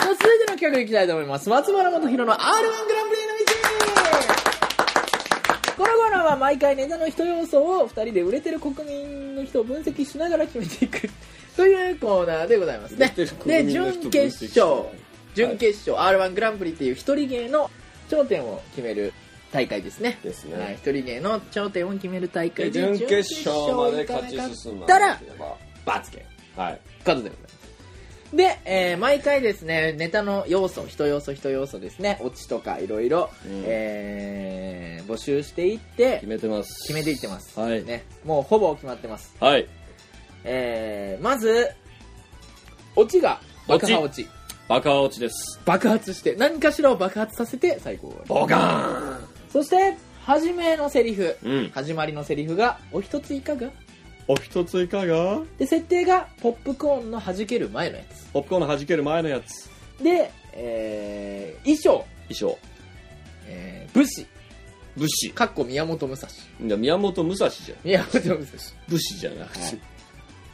[SPEAKER 1] 続いての企画いきたいと思います松原元宏の r 1グランプリへの道ゴロゴロは毎回ネタの一要素を2人で売れてる国民の人を分析しながら決めていくというコーナーでございますね
[SPEAKER 2] 売れてる国
[SPEAKER 1] で
[SPEAKER 2] 民の人
[SPEAKER 1] 準決
[SPEAKER 2] 分析しなが
[SPEAKER 1] 勝
[SPEAKER 2] ら
[SPEAKER 1] 準決勝 r 1グランプリっていう一人芸の頂点を決める大会ですね
[SPEAKER 2] ですね
[SPEAKER 1] はい、一人芸の頂点を決める大会
[SPEAKER 2] で
[SPEAKER 1] で
[SPEAKER 2] 準決勝まで勝ち進
[SPEAKER 1] ま
[SPEAKER 2] ま
[SPEAKER 1] たら
[SPEAKER 2] 罰ゲはい
[SPEAKER 1] 数でございますで、えー毎回ですねネタの要素一要素一要素ですねオチとかいろいろ
[SPEAKER 2] うん
[SPEAKER 1] えー募集していって
[SPEAKER 2] 決めてます
[SPEAKER 1] 決めていってます、
[SPEAKER 2] はい
[SPEAKER 1] ね、もうほぼ決まってます、
[SPEAKER 2] はい
[SPEAKER 1] えーまずオチが爆破オ
[SPEAKER 2] オ
[SPEAKER 1] チ
[SPEAKER 2] バカ落ちです
[SPEAKER 1] 爆発して何かしらを爆発させて最高
[SPEAKER 2] ボガ
[SPEAKER 1] そして初めのセリフ、
[SPEAKER 2] ーンうん
[SPEAKER 1] 始まりのセリフが「お一ついかが?
[SPEAKER 2] お一ついかが」
[SPEAKER 1] で設定がポップコーンの弾ける前のや
[SPEAKER 2] ポップコーンの弾ける前のやつ
[SPEAKER 1] つで、えー衣装、
[SPEAKER 2] 衣装
[SPEAKER 1] えー武士
[SPEAKER 2] 武士
[SPEAKER 1] かっこ宮本武蔵
[SPEAKER 2] いや宮本武蔵じゃん
[SPEAKER 1] 宮本武蔵
[SPEAKER 2] 武士じゃなくて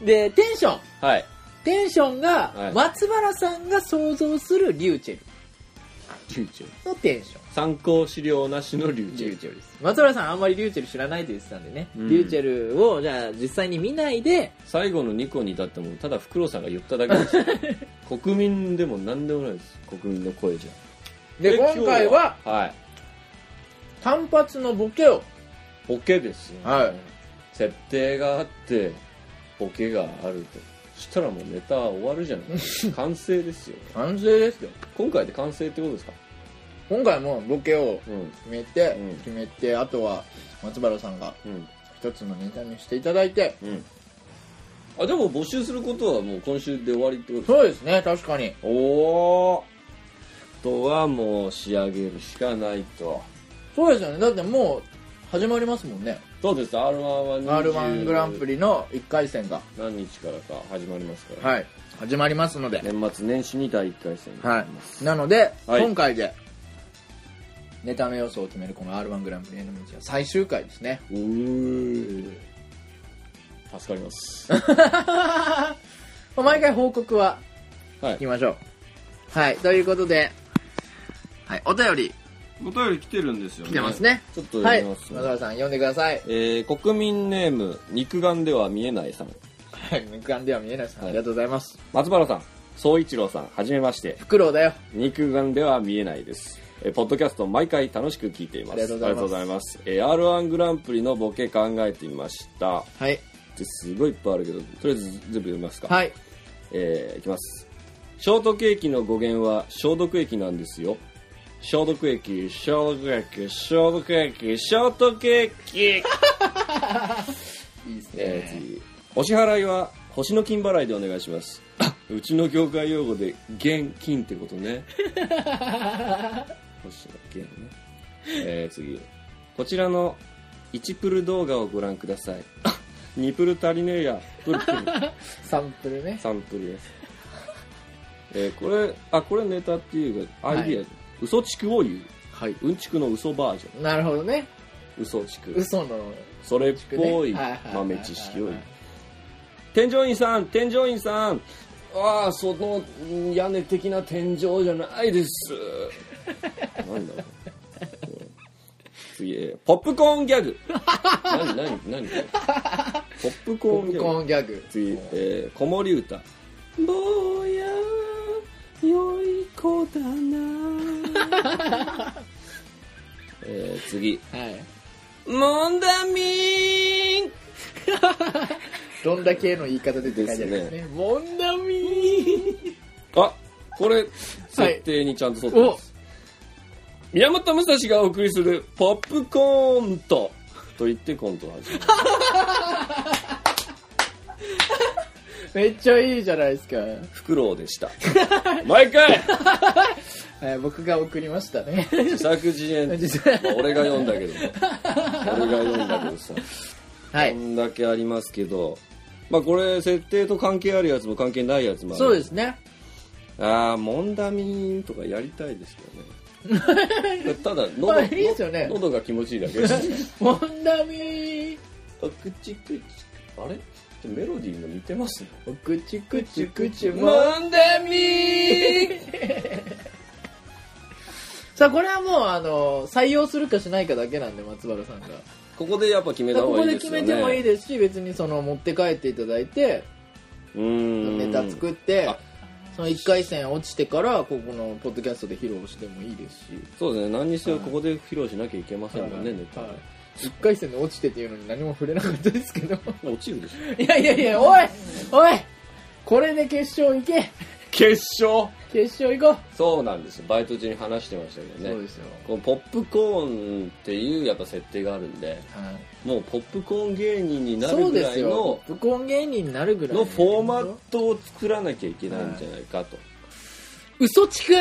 [SPEAKER 1] でテンション
[SPEAKER 2] はい
[SPEAKER 1] テンションが、
[SPEAKER 2] はい
[SPEAKER 1] 松原さんが想像するリューチェル
[SPEAKER 2] リューチェル
[SPEAKER 1] のテンション
[SPEAKER 2] 参考資料なしのリューチェ
[SPEAKER 1] リュ
[SPEAKER 2] ル
[SPEAKER 1] ーチェルです松原さんあんまりリューチェル知らないと言ってたんでね、
[SPEAKER 2] うん
[SPEAKER 1] リューチェルをじゃあ実際に見ないで
[SPEAKER 2] 最後の2個に至ってもただフクロウさんが言っただけですよ [LAUGHS] 国民でも何でもないです国民の声じゃ
[SPEAKER 1] で
[SPEAKER 2] 今
[SPEAKER 1] 今
[SPEAKER 2] 日
[SPEAKER 1] 回は
[SPEAKER 2] はい
[SPEAKER 1] 単発のボケを
[SPEAKER 2] ボケですよ、
[SPEAKER 1] はい
[SPEAKER 2] 設定があってボケがあるとそしたらもうネタは終わるじゃない
[SPEAKER 1] [LAUGHS]
[SPEAKER 2] 完成ですよ
[SPEAKER 1] 完成ですよ
[SPEAKER 2] 今回で完成ってことですか
[SPEAKER 1] 今回もボケを
[SPEAKER 2] うん
[SPEAKER 1] 決めて、
[SPEAKER 2] うん
[SPEAKER 1] 決めてあとは松原さんが
[SPEAKER 2] うん
[SPEAKER 1] 一つのネタにしていただいて
[SPEAKER 2] うんあでも募集することはもう今週で終わりってことです
[SPEAKER 1] そうですね確かに
[SPEAKER 2] おおあとはもう仕上げるしかないと
[SPEAKER 1] そうですよねだってもう始まりますもんね
[SPEAKER 2] そうです r 1は
[SPEAKER 1] r 1グランプ
[SPEAKER 2] リ
[SPEAKER 1] リの1回戦が
[SPEAKER 2] 何日からか始まりますから、
[SPEAKER 1] はい始まりますので、
[SPEAKER 2] 年末年始に第1回戦
[SPEAKER 1] は
[SPEAKER 2] になります
[SPEAKER 1] い、なので、
[SPEAKER 2] はい
[SPEAKER 1] 今回でネタの要素を決めるこの r 1グランプリへの道は最終回ですね
[SPEAKER 2] うー助かります
[SPEAKER 1] 毎回報告は
[SPEAKER 2] はい
[SPEAKER 1] いきましょうはいということで、はい、お便り
[SPEAKER 2] お便り来てるんですよ
[SPEAKER 1] 来
[SPEAKER 2] ね
[SPEAKER 1] てますね
[SPEAKER 2] ちょっと
[SPEAKER 1] は
[SPEAKER 2] 読
[SPEAKER 1] い
[SPEAKER 2] みま
[SPEAKER 1] 松
[SPEAKER 2] す、
[SPEAKER 1] 原さん読んでください
[SPEAKER 2] えー国民ネーム肉眼では見えないさん
[SPEAKER 1] はい肉眼では見えないです、
[SPEAKER 2] はい
[SPEAKER 1] ありがとうございます
[SPEAKER 2] 松原さん総一郎さんはじめまして
[SPEAKER 1] フクロウだよ
[SPEAKER 2] 肉眼では見えないですえーポッドキャスト毎回楽しく聞いています
[SPEAKER 1] ありがとうございます
[SPEAKER 2] ありがとうございますえー R1 グランプリのボケ考えてみました
[SPEAKER 1] はい
[SPEAKER 2] ですごいいっぱいあるけどとりあえず全部読みますか
[SPEAKER 1] はい
[SPEAKER 2] えーいきますショートケーキの語源は消毒液なんですよ消毒液消毒液消毒液消毒液、
[SPEAKER 1] いいですね、
[SPEAKER 2] えー次お支払いは星の金払いでお願いしますあうちの業界用語で現金ってこ
[SPEAKER 1] [LAUGHS]
[SPEAKER 2] とね星の金ね、えー次こちらの1プル動画をご覧くださ
[SPEAKER 1] [LAUGHS]
[SPEAKER 2] いあ2プル足りねえやプルプル
[SPEAKER 1] サンプルね
[SPEAKER 2] サンプルです。えーこれ、あ、これネタっていうか、
[SPEAKER 1] はい
[SPEAKER 2] アイディア、嘘チクを言う。
[SPEAKER 1] はい
[SPEAKER 2] うんちくの嘘バージョ
[SPEAKER 1] なるほどね
[SPEAKER 2] ン。嘘チク。
[SPEAKER 1] 嘘の
[SPEAKER 2] それっ
[SPEAKER 1] チクね
[SPEAKER 2] ぽい
[SPEAKER 1] はいはいはいはい
[SPEAKER 2] 豆知識を言う。添乗員さん添乗員さんああ、そのうん屋根的な天井じゃないです。なんだろう。次、えーポップコーンギャグ。何、何、何これポップコ
[SPEAKER 1] ポ
[SPEAKER 2] ーン
[SPEAKER 1] ッ
[SPEAKER 2] ギ
[SPEAKER 1] プ
[SPEAKER 2] ャグ
[SPEAKER 1] コ。ーンギャグ
[SPEAKER 2] 次、えー、子守歌。坊や、良い子だな。
[SPEAKER 1] [LAUGHS]
[SPEAKER 2] えー、次、
[SPEAKER 1] はい
[SPEAKER 2] モンダミン
[SPEAKER 1] [LAUGHS] どんだけの言い方でって書いてあるんですねモンダミー
[SPEAKER 2] あ、これ、設定にちゃんと沿ってます。宮本武蔵がお送りするポップコーンと、と言ってコントを始める。
[SPEAKER 1] [LAUGHS] めっちゃいいじゃないですか、
[SPEAKER 2] フクロウでした。毎回
[SPEAKER 1] はい、僕が送りましたね
[SPEAKER 2] 自作自演。ま
[SPEAKER 1] [LAUGHS] 実は
[SPEAKER 2] あ俺が読んだけどね。俺が読んだけどさ。
[SPEAKER 1] [LAUGHS] は
[SPEAKER 2] こ
[SPEAKER 1] い
[SPEAKER 2] んだけありますけど、まあこれ設定と関係あるやつも関係ないやつもある
[SPEAKER 1] そうですね
[SPEAKER 2] ああモンダミンとかやりたいですけ
[SPEAKER 1] [LAUGHS]
[SPEAKER 2] どねただ喉,、
[SPEAKER 1] まあいいですよね
[SPEAKER 2] 喉が気持ちいいだけです
[SPEAKER 1] モンダミー
[SPEAKER 2] あくちくちあれちょメロディーも似てますね
[SPEAKER 1] お口くちくち
[SPEAKER 2] モ
[SPEAKER 1] も
[SPEAKER 2] ンダミン
[SPEAKER 1] さあこれはもうあの採用するかしないかだけなんで松原さんが
[SPEAKER 2] ここでやっぱ決めた方
[SPEAKER 1] こ
[SPEAKER 2] が
[SPEAKER 1] こ
[SPEAKER 2] いい
[SPEAKER 1] で
[SPEAKER 2] です
[SPEAKER 1] 決
[SPEAKER 2] よね
[SPEAKER 1] めてもいいですし別にその持って帰っていただいて
[SPEAKER 2] うーん
[SPEAKER 1] ネタ作って
[SPEAKER 2] あ
[SPEAKER 1] その1回戦落ちてからここのポッドキャストで披露してもいいですし
[SPEAKER 2] そうですね何にせよここで披露しなきゃいけませんもんね、
[SPEAKER 1] はい
[SPEAKER 2] ネタ、
[SPEAKER 1] はい1回戦で落ちてっていうのに何も触れなかったですけ [LAUGHS] ど
[SPEAKER 2] 落ちるでしょ
[SPEAKER 1] いやいやいやおいおいこれで決勝行け
[SPEAKER 2] 決勝
[SPEAKER 1] 決勝行こ
[SPEAKER 2] そうなんですよバイト中に話してました
[SPEAKER 1] う、
[SPEAKER 2] けど
[SPEAKER 1] そう
[SPEAKER 2] ね
[SPEAKER 1] ですよ
[SPEAKER 2] このポップコーンっていうやっぱ設定があるんで
[SPEAKER 1] はい
[SPEAKER 2] もうポップコーン芸人にな
[SPEAKER 1] そ
[SPEAKER 2] る
[SPEAKER 1] う
[SPEAKER 2] ぐ
[SPEAKER 1] で
[SPEAKER 2] ら
[SPEAKER 1] す
[SPEAKER 2] いの
[SPEAKER 1] よ不婚芸人になるぐらい
[SPEAKER 2] のフォーマットを作らなきゃいけないんじゃないかと、
[SPEAKER 1] 嘘チク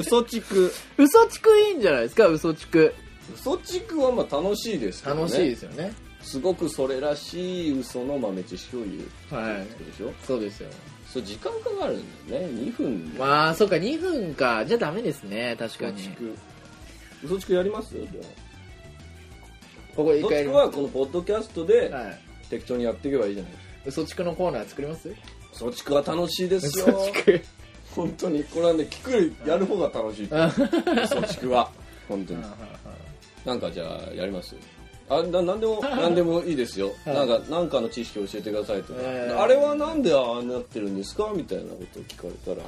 [SPEAKER 2] 嘘チク
[SPEAKER 1] [LAUGHS] 嘘チクいいんじゃないですか嘘チク
[SPEAKER 2] 嘘チクはまあ楽しいですけどね
[SPEAKER 1] 楽しいですよね
[SPEAKER 2] すごくそれらしい嘘の豆知識を言う
[SPEAKER 1] はい
[SPEAKER 2] ってことでしょ
[SPEAKER 1] そうですよ
[SPEAKER 2] そう時間かかるんだよね2分
[SPEAKER 1] まあそっか2分かじゃあダメですね確か
[SPEAKER 2] 嘘
[SPEAKER 1] に
[SPEAKER 2] チク嘘チクやります今日
[SPEAKER 1] ここで一
[SPEAKER 2] 嘘
[SPEAKER 1] 回やり
[SPEAKER 2] チク
[SPEAKER 1] ま
[SPEAKER 2] はこのポッドキャストです
[SPEAKER 1] はい
[SPEAKER 2] 適当にやっていけばいいじゃない
[SPEAKER 1] 嘘チクのコーナー作ります
[SPEAKER 2] 嘘チクは楽しいです
[SPEAKER 1] 嘘
[SPEAKER 2] よ
[SPEAKER 1] チク
[SPEAKER 2] 本当にこれはね聞くよりやる方が
[SPEAKER 1] [LAUGHS]
[SPEAKER 2] 楽しい嘘チクは本当になんかじゃあやりますあな何で [LAUGHS] も何でもいいですよ、
[SPEAKER 1] はい
[SPEAKER 2] なんかなんかの知識を教えてくださいとか、
[SPEAKER 1] えー
[SPEAKER 2] あれはなんでああなってるんですかみたいなことを聞かれたら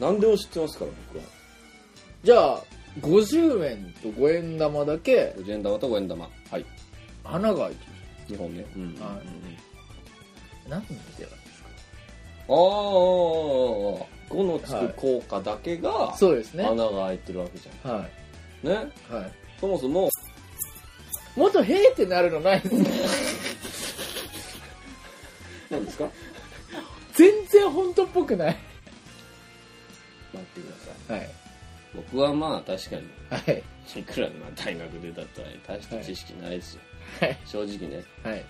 [SPEAKER 2] 何でも知ってますから僕は
[SPEAKER 1] じゃあ50円と5円玉だけ
[SPEAKER 2] 五円玉と五円玉はい
[SPEAKER 1] 穴が開いて
[SPEAKER 2] 2本ね、うん
[SPEAKER 1] はいるなんでだよ
[SPEAKER 2] ああ5のつく効果だけが
[SPEAKER 1] そうですね
[SPEAKER 2] 穴が開いてるわけじ
[SPEAKER 1] は
[SPEAKER 2] ゃんね
[SPEAKER 1] いはい
[SPEAKER 2] そもそも
[SPEAKER 1] もっと「へーってなるのないですね
[SPEAKER 2] 何ですか
[SPEAKER 1] 全然本当っぽくない
[SPEAKER 2] 待ってください
[SPEAKER 1] はい
[SPEAKER 2] 僕はまあ確かに
[SPEAKER 1] はい
[SPEAKER 2] いくらまあ大学でだったら大した知識ないですよ、
[SPEAKER 1] はい
[SPEAKER 2] 正直ね
[SPEAKER 1] はい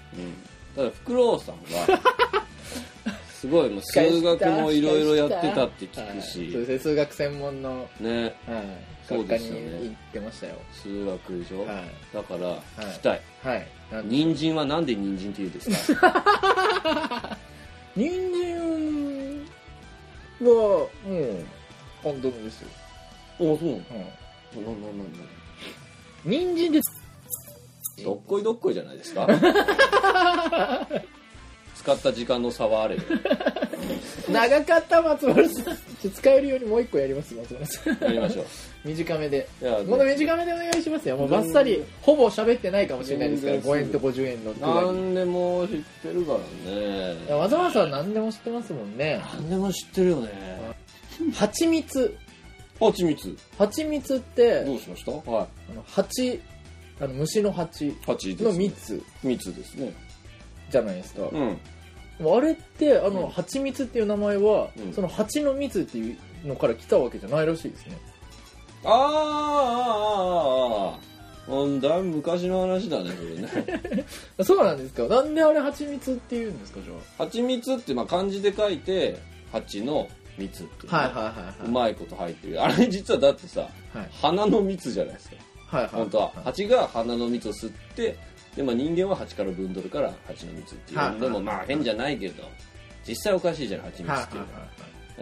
[SPEAKER 2] ただフクロウさん [LAUGHS] はすごいもう数学もいろいろやってたって聞く
[SPEAKER 1] はいそう
[SPEAKER 2] し、
[SPEAKER 1] ですね数学専門の、
[SPEAKER 2] ね
[SPEAKER 1] はい、
[SPEAKER 2] そ
[SPEAKER 1] 学
[SPEAKER 2] う
[SPEAKER 1] 科
[SPEAKER 2] です
[SPEAKER 1] に
[SPEAKER 2] よね
[SPEAKER 1] 行ってましたよ
[SPEAKER 2] 数学でし
[SPEAKER 1] は
[SPEAKER 2] ょ、
[SPEAKER 1] い
[SPEAKER 2] だから聞きたい、
[SPEAKER 1] はいなんで
[SPEAKER 2] 人参はなんで人参って言うんですか
[SPEAKER 1] 人間はもうコンドームですよ、
[SPEAKER 2] [LAUGHS] おそ
[SPEAKER 1] うん、
[SPEAKER 2] うなのなんなんなんなん
[SPEAKER 1] 人参です
[SPEAKER 2] どっこいどっこいじゃないです [LAUGHS] か使った時間の差はあれど
[SPEAKER 1] 長かった松丸さんちょっと使えるようにもう一個やります松丸さん
[SPEAKER 2] やりましょう
[SPEAKER 1] 短めで
[SPEAKER 2] いや [LAUGHS]
[SPEAKER 1] もの短めでお願いしますよもうバッサリほぼ喋ってないかもしれないですから
[SPEAKER 2] 全然
[SPEAKER 1] 5円と50円のくだり
[SPEAKER 2] 何でも知ってるから
[SPEAKER 1] いや
[SPEAKER 2] ね
[SPEAKER 1] 松丸さん何でも知ってますもんね
[SPEAKER 2] 何でも知ってるよね
[SPEAKER 1] 蜂蜜
[SPEAKER 2] 蜂蜜
[SPEAKER 1] 蜂蜜って
[SPEAKER 2] どうしましたはい
[SPEAKER 1] あの蜂あの虫の蜂
[SPEAKER 2] 蜂で
[SPEAKER 1] の
[SPEAKER 2] す、ね、
[SPEAKER 1] 蜜
[SPEAKER 2] 蜜ですね
[SPEAKER 1] じゃないですか、
[SPEAKER 2] うん
[SPEAKER 1] でもあれってあ
[SPEAKER 2] う
[SPEAKER 1] の
[SPEAKER 2] ん
[SPEAKER 1] 蜂蜜っていう名前は、
[SPEAKER 2] うん
[SPEAKER 1] その蜂の蜜っていうのから来たわけじゃないらしいですね
[SPEAKER 2] あーあーあーあーうんだいぶ昔の話だねこれね
[SPEAKER 1] そうなんですかなんであれ蜂蜜っていうんですかじゃ
[SPEAKER 2] 蜂蜜ってまあ漢字で書いて蜂の蜜っていう
[SPEAKER 1] あ
[SPEAKER 2] ね、
[SPEAKER 1] はいはいはいはいう
[SPEAKER 2] まいこと入ってるあれ実はだってさ
[SPEAKER 1] はい
[SPEAKER 2] 花の蜜じゃないですか
[SPEAKER 1] はいはい
[SPEAKER 2] 本当は蜂が花の蜜を吸ってで、まあ、人間は蜂から分取るから蜂の蜜っていう、
[SPEAKER 1] はいはい
[SPEAKER 2] でもまあ変じゃないけど実際おかしいじゃん蜂蜜
[SPEAKER 1] はい
[SPEAKER 2] っていうのは、
[SPEAKER 1] は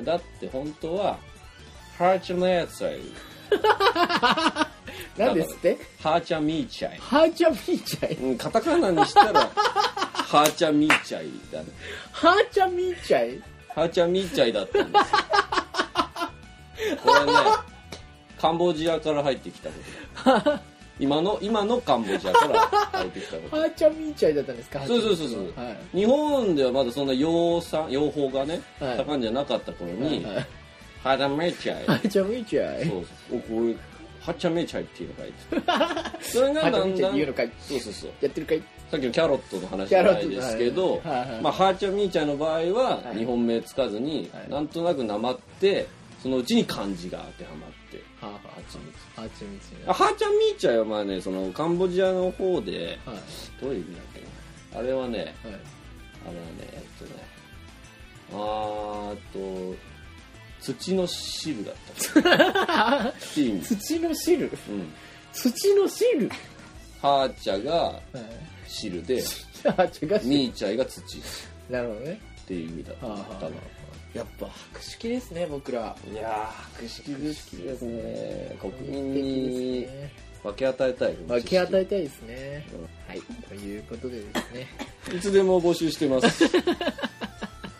[SPEAKER 2] だって本当はハーチャのやつはい
[SPEAKER 1] いはいなんですって
[SPEAKER 2] ハーチャミーチャイ
[SPEAKER 1] ハーチャミーチャイ
[SPEAKER 2] うん、カタカナにしたら、
[SPEAKER 1] [LAUGHS]
[SPEAKER 2] ハーチャミーチャイだね。
[SPEAKER 1] ハーチャミーチャイ
[SPEAKER 2] ハーチャミーチャイだったんですよ。これね、カンボジアから入ってきたこと。今の、今のカンボジアから入ってきたこ
[SPEAKER 1] [LAUGHS] ハーチャミーチャイだったんですか
[SPEAKER 2] と。そうそうそうそう。
[SPEAKER 1] はい
[SPEAKER 2] 日本ではまだそんな養蚕、養蜂がね、
[SPEAKER 1] はい
[SPEAKER 2] 高いんじゃなかった頃に、
[SPEAKER 1] はい
[SPEAKER 2] ハーチャミーチャイ。
[SPEAKER 1] ハーチャミーチャイ
[SPEAKER 2] そうそう。お、これ、ハーチャミーチャイっていうのかいって。
[SPEAKER 1] [LAUGHS]
[SPEAKER 2] それ
[SPEAKER 1] ハーチ
[SPEAKER 2] がだ
[SPEAKER 1] ャミ
[SPEAKER 2] ん
[SPEAKER 1] ーチャイ
[SPEAKER 2] だ
[SPEAKER 1] っ
[SPEAKER 2] ん
[SPEAKER 1] ていうの、かい
[SPEAKER 2] そうそうそう。
[SPEAKER 1] やってるかい
[SPEAKER 2] さっきのキャロットの話じゃないです
[SPEAKER 1] キ
[SPEAKER 2] けど、
[SPEAKER 1] ャロットはいはい
[SPEAKER 2] まあ、ハーチャミーチャイの場合は
[SPEAKER 1] はい
[SPEAKER 2] 日本名つかずに、
[SPEAKER 1] はい
[SPEAKER 2] なんとなくなまってそのうちに漢字が当てはまって
[SPEAKER 1] はは
[SPEAKER 2] ハチミツ
[SPEAKER 1] ハーチャミーチャイ
[SPEAKER 2] あハーチャミーチャイはまあねそのカンボジアの方で
[SPEAKER 1] はい
[SPEAKER 2] どういう意味だっけなあれはね
[SPEAKER 1] はい
[SPEAKER 2] あれはねえっとねあーっと土の汁だったっていう意味、
[SPEAKER 1] 土の汁
[SPEAKER 2] うん、
[SPEAKER 1] 土の汁
[SPEAKER 2] ハーチャが
[SPEAKER 1] はい
[SPEAKER 2] 汁で
[SPEAKER 1] ハーチャが汁
[SPEAKER 2] ミーチャイが土っ
[SPEAKER 1] なるほどね
[SPEAKER 2] ていう意味だったの
[SPEAKER 1] はあはあやっぱ博識ですね僕ら
[SPEAKER 2] いやー博識知識ですね国民
[SPEAKER 1] 敵
[SPEAKER 2] に
[SPEAKER 1] ですね
[SPEAKER 2] 分け与えたい
[SPEAKER 1] 分け与え
[SPEAKER 2] え
[SPEAKER 1] たいですね、はいということでですね
[SPEAKER 2] [LAUGHS] いつでも募集してます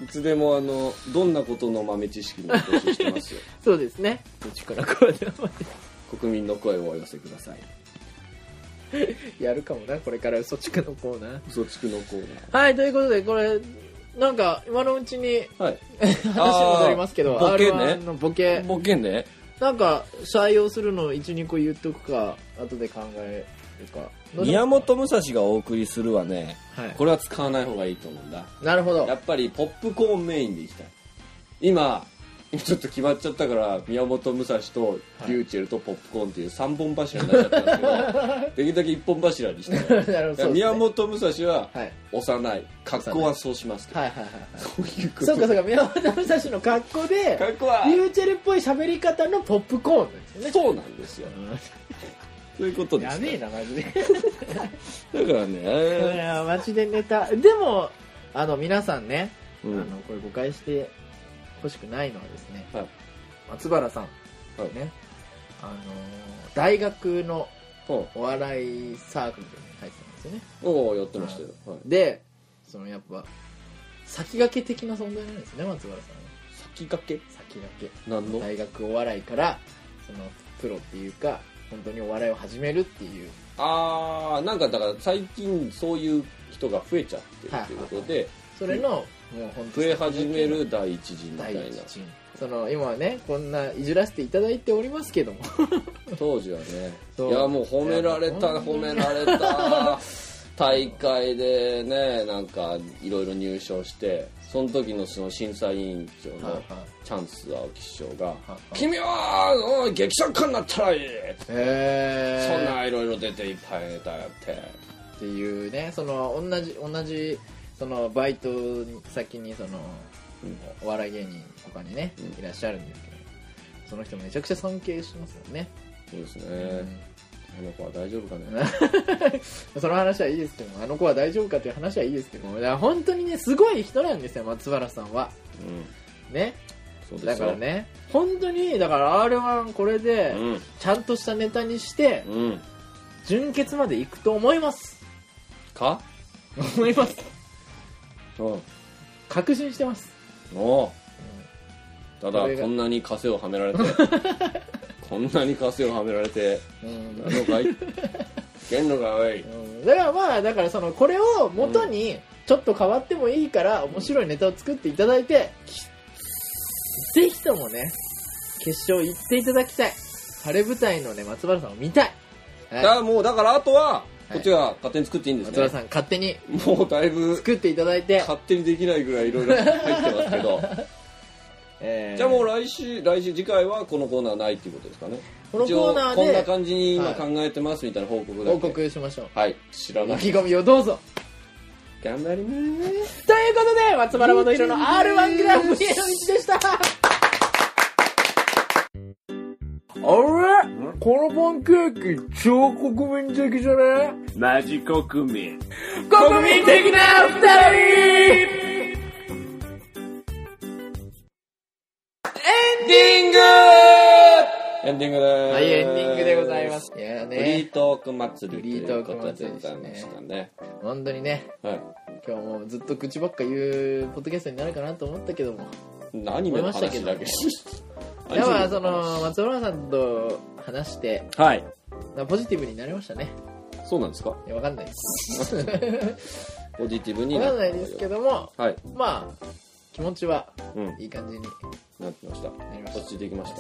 [SPEAKER 2] いつでもあのどんなことの豆知識も募集して [LAUGHS] ますよ
[SPEAKER 1] そうですねうちからこれでも
[SPEAKER 2] 国民の声をお寄せください
[SPEAKER 1] やるかもなこれから嘘つくのコーナー
[SPEAKER 2] 嘘つくのコー
[SPEAKER 1] はいということでこれなんか今のうち
[SPEAKER 2] [LAUGHS]
[SPEAKER 1] に
[SPEAKER 2] ナーはい
[SPEAKER 1] 話戻りますけど
[SPEAKER 2] あーボケね
[SPEAKER 1] R1 のボケ
[SPEAKER 2] ボケね
[SPEAKER 1] なんか採用するの12個言っとくか後で考えるかどうしま
[SPEAKER 2] 宮
[SPEAKER 1] す
[SPEAKER 2] 本武蔵がお送りするはね
[SPEAKER 1] はい
[SPEAKER 2] これは使わない方がいいと思うんだ
[SPEAKER 1] なるほど
[SPEAKER 2] やっぱりポップコーンメインでいきたい今ちょっと決まっちゃったから宮本武蔵とリューチェルとポップコーンっていう3本柱になっちゃった
[SPEAKER 1] [LAUGHS]
[SPEAKER 2] んですけどできるだけ1本柱にしたい
[SPEAKER 1] なるほどそうですね
[SPEAKER 2] 宮本武蔵は
[SPEAKER 1] はい
[SPEAKER 2] 幼い格好はそうしますけど、
[SPEAKER 1] はいはいはいはい
[SPEAKER 2] そういうこと
[SPEAKER 1] そうかそうか宮本武蔵の格好で
[SPEAKER 2] 格好は
[SPEAKER 1] リューチェルっぽい喋り方のポップコーンなんですよね
[SPEAKER 2] そうなんですよということで
[SPEAKER 1] や
[SPEAKER 2] す
[SPEAKER 1] べえなマジで [LAUGHS]
[SPEAKER 2] だから
[SPEAKER 1] い
[SPEAKER 2] ね、
[SPEAKER 1] やマジでネタでもあの皆さんね、
[SPEAKER 2] うん
[SPEAKER 1] あのこれ誤解してほしくないのはですね
[SPEAKER 2] はい
[SPEAKER 1] 松原さん、
[SPEAKER 2] はい
[SPEAKER 1] ねあの大学の
[SPEAKER 2] お
[SPEAKER 1] お笑いサークルでね入ってたんですよね
[SPEAKER 2] おうやってましたよ、はい、
[SPEAKER 1] でそのやっぱ先駆け的な存在なんですね松原さんは
[SPEAKER 2] 先駆け
[SPEAKER 1] 先駆け
[SPEAKER 2] 何の
[SPEAKER 1] 大学お笑いからそのプロっていうか本当にお笑いを始めるっていう
[SPEAKER 2] ああなんかだから最近そういう人が増えちゃってるっていうことで、
[SPEAKER 1] それのもう本当
[SPEAKER 2] 増え始める第一次みた
[SPEAKER 1] 第
[SPEAKER 2] いな
[SPEAKER 1] 一陣その今はねこんないじらせていただいておりますけども
[SPEAKER 2] 当時はね
[SPEAKER 1] そう
[SPEAKER 2] いやもう褒められた
[SPEAKER 1] いや
[SPEAKER 2] 褒められ
[SPEAKER 1] [LAUGHS]
[SPEAKER 2] た大会でねなんかいろいろ入賞してその時のその審査委員長
[SPEAKER 1] [LAUGHS] はいは
[SPEAKER 2] の
[SPEAKER 1] い
[SPEAKER 2] チャンス青木師匠が
[SPEAKER 1] は
[SPEAKER 2] 「
[SPEAKER 1] い
[SPEAKER 2] 君はうん劇作家になったらいい!」
[SPEAKER 1] へ
[SPEAKER 2] そん
[SPEAKER 1] ー
[SPEAKER 2] ないろいろ出ていっぱいネタやって
[SPEAKER 1] っていうねその同じ同じそのバイト先にそのお笑い芸人他にね
[SPEAKER 2] う
[SPEAKER 1] い
[SPEAKER 2] ん
[SPEAKER 1] らっしゃるんですけどその人めちゃくちゃ尊敬しますよね、
[SPEAKER 2] そうですねあの子は大丈夫かね
[SPEAKER 1] うんその話はいいですけどあの子は大丈夫かという話はいいですけどもいや本当にねすごい人なんですよ松原さんは
[SPEAKER 2] うん
[SPEAKER 1] ね
[SPEAKER 2] そうで
[SPEAKER 1] だ
[SPEAKER 2] すよ
[SPEAKER 1] からね本当にだから r 1これでちゃんとしたネタにして
[SPEAKER 2] うんうん
[SPEAKER 1] 純潔までいくと思い
[SPEAKER 2] [LAUGHS]
[SPEAKER 1] ます
[SPEAKER 2] か
[SPEAKER 1] 思います
[SPEAKER 2] うん
[SPEAKER 1] 確信してます
[SPEAKER 2] おうただ
[SPEAKER 1] これが
[SPEAKER 2] こんなに枷をはめら
[SPEAKER 1] [LAUGHS]
[SPEAKER 2] れてこんなに枷をはめられて
[SPEAKER 1] うん
[SPEAKER 2] なの
[SPEAKER 1] [LAUGHS]
[SPEAKER 2] かいけんのかおい
[SPEAKER 1] うんだからまあだからそのこれを元にちょっと変わってもいいから面白いネタを作っていただいてぜひともね決勝行っていただきたい晴れ舞台のね松原さんを見たい、はい
[SPEAKER 2] あもうだからあとは
[SPEAKER 1] はい
[SPEAKER 2] こっちが勝手に作っていいんです
[SPEAKER 1] 松原
[SPEAKER 2] ね
[SPEAKER 1] さん勝手に
[SPEAKER 2] もうだいぶ
[SPEAKER 1] 作っていただいて、
[SPEAKER 2] 勝手にできないぐらいいろいろ入ってますけど
[SPEAKER 1] [LAUGHS] えー
[SPEAKER 2] じゃあもう来週来週次回はこのコーナーないっていうことですかね
[SPEAKER 1] このコーナーで
[SPEAKER 2] 一応こんな感じに今考えてますみたいな報告だけ
[SPEAKER 1] 報告しましょう
[SPEAKER 2] はい知らな
[SPEAKER 1] 意
[SPEAKER 2] い
[SPEAKER 1] 気込みをどうぞ
[SPEAKER 2] 頑張りまーす
[SPEAKER 1] ということで松原元宏の r 1グランプリへの道でしたあれこのパンケーキ超国民的じゃね
[SPEAKER 3] マジ国民。
[SPEAKER 1] 国民的な二人
[SPEAKER 2] エンディングエンディングでーす
[SPEAKER 1] はい、エンディングでございます。いや
[SPEAKER 2] フリ
[SPEAKER 1] ね、
[SPEAKER 2] ートーク祭り
[SPEAKER 1] フリー
[SPEAKER 2] とい
[SPEAKER 1] ト
[SPEAKER 2] う
[SPEAKER 1] ーク
[SPEAKER 2] ことで
[SPEAKER 1] 祭り
[SPEAKER 2] ご
[SPEAKER 1] です
[SPEAKER 2] ざ
[SPEAKER 1] ね
[SPEAKER 2] いましたね。
[SPEAKER 1] 本当にね、
[SPEAKER 2] はい。
[SPEAKER 1] 今日もずっと口ばっか言うポッドキャストになるかなと思ったけども、
[SPEAKER 2] アニメの話だけ。アニメ
[SPEAKER 1] やっ
[SPEAKER 2] の話
[SPEAKER 1] ぱその、松原さんと話して、
[SPEAKER 2] はい。
[SPEAKER 1] なんかポジティブになれましたね。
[SPEAKER 2] そうなんですか
[SPEAKER 1] いや、わかん [LAUGHS] ないです。わ
[SPEAKER 2] ポジティブに
[SPEAKER 1] かん
[SPEAKER 2] な
[SPEAKER 1] な
[SPEAKER 2] っ
[SPEAKER 1] い
[SPEAKER 2] てま
[SPEAKER 1] ですす
[SPEAKER 2] よ
[SPEAKER 1] けども、
[SPEAKER 2] はい。
[SPEAKER 1] まあ、気持ちは
[SPEAKER 2] うん。
[SPEAKER 1] いい感じに
[SPEAKER 2] なってました。
[SPEAKER 1] なりました
[SPEAKER 2] 落ち着いていきまし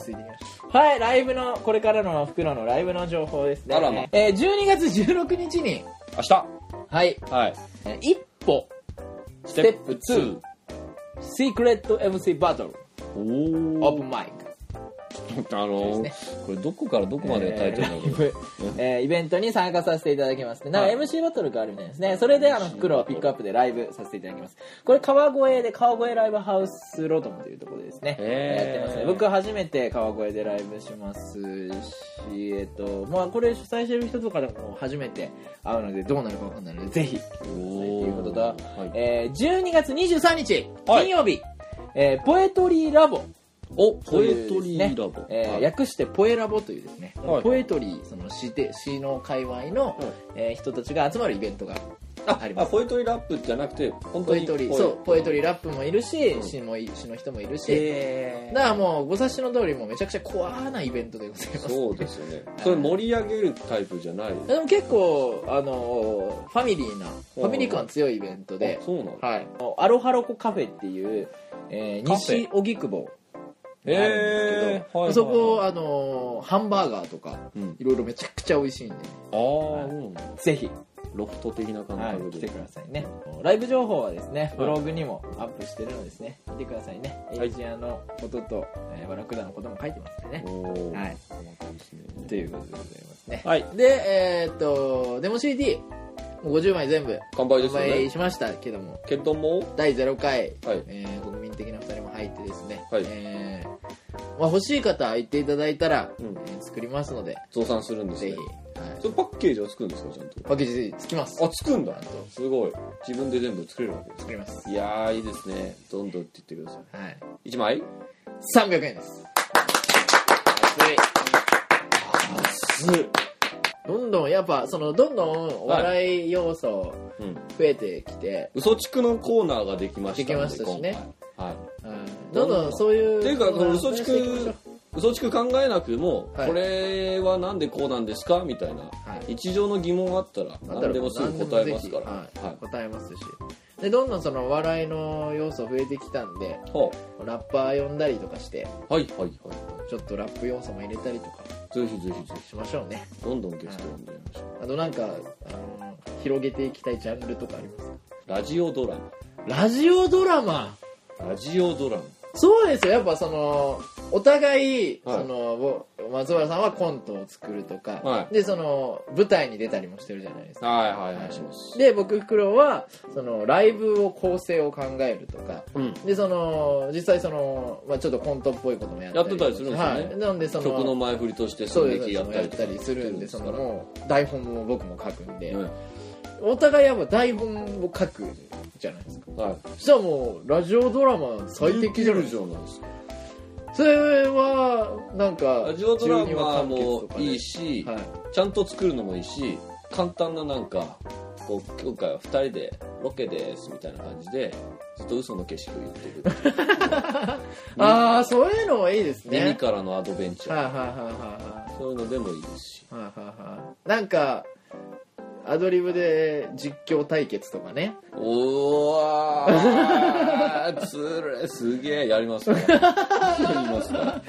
[SPEAKER 2] た。
[SPEAKER 1] はい、ライブの、これからの袋のライブの情報ですね。
[SPEAKER 2] あらま
[SPEAKER 1] えー、12月16日に、はい、
[SPEAKER 2] 明日はい。
[SPEAKER 1] えー一歩、
[SPEAKER 2] ス
[SPEAKER 1] テップ2。シークレット MC バトル、
[SPEAKER 2] お
[SPEAKER 1] オープ
[SPEAKER 2] お。
[SPEAKER 1] ンマイク。
[SPEAKER 2] あの
[SPEAKER 1] で
[SPEAKER 2] ー、これどこからどこまでがタイトルな
[SPEAKER 1] [LAUGHS]
[SPEAKER 2] のか。
[SPEAKER 1] えーイベントに参加させていただきますね。なんか
[SPEAKER 2] はい
[SPEAKER 1] MC バトルがあるみたいですね。それであの袋をピックアップでライブさせていただきます。これ川越で川越ライブハウスロードムというところでですね。
[SPEAKER 2] へー
[SPEAKER 1] やってますね。僕は初めて川越でライブしますし、えっと、まあこれ主催してる人とかでも初めて会うのでどうなるかわかんないので、ぜひ。と
[SPEAKER 2] お
[SPEAKER 1] いうことと
[SPEAKER 2] はい。
[SPEAKER 1] えー12月23日、
[SPEAKER 2] はい
[SPEAKER 1] 金曜日、えーポエトリーラボ
[SPEAKER 2] お
[SPEAKER 1] と
[SPEAKER 2] ポ
[SPEAKER 1] いう
[SPEAKER 2] エト
[SPEAKER 1] です
[SPEAKER 2] リ
[SPEAKER 1] ね
[SPEAKER 2] ーラボ、
[SPEAKER 1] えー
[SPEAKER 2] はい
[SPEAKER 1] 略してポエラボというですね、
[SPEAKER 2] はい
[SPEAKER 1] ポエトリーその詩で詩の界隈の、
[SPEAKER 2] はい
[SPEAKER 1] えー人たちが集まるイベントが
[SPEAKER 2] あ
[SPEAKER 1] あります
[SPEAKER 2] あポエトリーラップじゃなくて本
[SPEAKER 1] ポ
[SPEAKER 2] 当
[SPEAKER 1] エ
[SPEAKER 2] に
[SPEAKER 1] トリーそうポエト
[SPEAKER 2] リ
[SPEAKER 1] リ
[SPEAKER 2] ー
[SPEAKER 1] ーラップもいるし、
[SPEAKER 2] うん
[SPEAKER 1] 詩もい詩の人もいるし、
[SPEAKER 2] え
[SPEAKER 1] だからもうご察しの通りもうめちゃくちゃ怖なイベントでございます
[SPEAKER 2] そうですよねそれ盛り上げるタイプじゃない
[SPEAKER 1] でも結構あのファミリーなファミリー感強いイベントで
[SPEAKER 2] あ、そうなの
[SPEAKER 1] はい、アロハロコカフェっていう、えー
[SPEAKER 2] カフェ
[SPEAKER 1] 西荻窪があるんです
[SPEAKER 2] え
[SPEAKER 1] けど、そこ、あのーハンバーガーとか
[SPEAKER 2] うん、
[SPEAKER 1] いろいろめちゃくちゃ美味しいんで
[SPEAKER 2] ああ、うん
[SPEAKER 1] ぜひ、
[SPEAKER 2] ロフト的な感
[SPEAKER 1] はい
[SPEAKER 2] 覚
[SPEAKER 1] 来て
[SPEAKER 2] で、
[SPEAKER 1] くださいねライブ情報はですねブログにもアップしてるのですね見てくださいね
[SPEAKER 2] は
[SPEAKER 1] エ
[SPEAKER 2] い
[SPEAKER 1] イジアのことと、えー、バラクダのことも書いてますんでね
[SPEAKER 2] おー
[SPEAKER 1] はい
[SPEAKER 2] ですね
[SPEAKER 1] ということでございますね、
[SPEAKER 2] はい
[SPEAKER 1] でえーっとデモ CD もう50枚全部
[SPEAKER 2] 乾杯で
[SPEAKER 1] 販
[SPEAKER 2] すよね
[SPEAKER 1] 売しましたけども
[SPEAKER 2] けども
[SPEAKER 1] 第0回、
[SPEAKER 2] はい
[SPEAKER 1] えー国民的な2人も入ってですね、
[SPEAKER 2] はい
[SPEAKER 1] えーまあ、欲しい方は言っていただいたら、
[SPEAKER 2] うん
[SPEAKER 1] えー作りますので、
[SPEAKER 2] 増産するんです
[SPEAKER 1] ぜ
[SPEAKER 2] ね
[SPEAKER 1] ひ、はい
[SPEAKER 2] それパッケージは作るんですかちゃんと
[SPEAKER 1] パッケージつきます
[SPEAKER 2] あ作るんだ
[SPEAKER 1] ちゃんと
[SPEAKER 2] すごい自分で全部作れるわけです
[SPEAKER 1] 作ります
[SPEAKER 2] いやーいいですねどんどんって言ってくださ
[SPEAKER 1] はい
[SPEAKER 2] い1枚
[SPEAKER 1] 300円です
[SPEAKER 2] 安い
[SPEAKER 1] どんどんやっぱそのどんどんお笑い要素
[SPEAKER 2] うん
[SPEAKER 1] 増えてきて、
[SPEAKER 2] 嘘地区のコーナーができましたん
[SPEAKER 1] できましたしね
[SPEAKER 2] 今回はい
[SPEAKER 1] うんどんどんそういう
[SPEAKER 2] っていうかこの嘘地
[SPEAKER 1] 地区
[SPEAKER 2] 区嘘地区考えなくても、
[SPEAKER 1] はい
[SPEAKER 2] これはなんでこうなんですかみたいな、
[SPEAKER 1] い
[SPEAKER 2] 日常の疑問があったら何でもすぐ答えますから
[SPEAKER 1] はい
[SPEAKER 2] はい
[SPEAKER 1] 答えますしでどんどんそのお笑いの要素増えてきたんで
[SPEAKER 2] は
[SPEAKER 1] ラッパー呼んだりとかして
[SPEAKER 2] あはいはいはい
[SPEAKER 1] ちょっとラップ要素も入れたりとか
[SPEAKER 2] ぜひぜひぜ
[SPEAKER 1] しましょうね
[SPEAKER 2] ひどんどんゲスト呼んでみましょう
[SPEAKER 1] あとなんかあの広げていきたいジャンルとかありますか
[SPEAKER 2] ラジオドラ
[SPEAKER 1] ラジオドラマ
[SPEAKER 2] マラジオドラマ
[SPEAKER 1] そうですよやっぱそのお互い、
[SPEAKER 2] はい
[SPEAKER 1] そのぼ松原さんはコントを作るとか、
[SPEAKER 2] はい
[SPEAKER 1] でその舞台に出たりもしてるじゃないですか
[SPEAKER 2] はいはいはいします
[SPEAKER 1] で僕フクロウはそのライブを構成を考えるとか
[SPEAKER 2] うん
[SPEAKER 1] でその実際その、まあ、ちょっとコントっぽいこともやったり
[SPEAKER 2] やってたりするんですよね
[SPEAKER 1] はい、なんでその
[SPEAKER 2] 曲の前振りとして
[SPEAKER 1] そ
[SPEAKER 2] 寸
[SPEAKER 1] うです
[SPEAKER 2] 劇や
[SPEAKER 1] そ
[SPEAKER 2] っ
[SPEAKER 1] う
[SPEAKER 2] た
[SPEAKER 1] やっ
[SPEAKER 2] りとか
[SPEAKER 1] たりするんでその
[SPEAKER 2] う
[SPEAKER 1] もう台本も僕も書くんで、
[SPEAKER 2] ん
[SPEAKER 1] お互いやっぱ台本を書くじゃないですか
[SPEAKER 2] はい
[SPEAKER 1] そしたらもうラジオドラマ最適じゃないです
[SPEAKER 2] じ
[SPEAKER 1] か
[SPEAKER 2] ゃないですか
[SPEAKER 1] それはなんか
[SPEAKER 2] ラジオドラマもいい
[SPEAKER 1] し、
[SPEAKER 2] し、
[SPEAKER 1] はい、
[SPEAKER 2] ちゃんと作るのもいいし簡単ななんかこう今回は2人でロケですみたいな感じでずっと嘘の景色を言ってる
[SPEAKER 1] ああそういうのもいいです
[SPEAKER 2] 耳
[SPEAKER 1] ね
[SPEAKER 2] からのアドベンチャ
[SPEAKER 1] は
[SPEAKER 2] ー
[SPEAKER 1] いはいはいはいはい
[SPEAKER 2] そういうのでもいいですし
[SPEAKER 1] はいはいはいなんかアドリブで実況対決とかね
[SPEAKER 2] おーつれすげえやりますかやりますか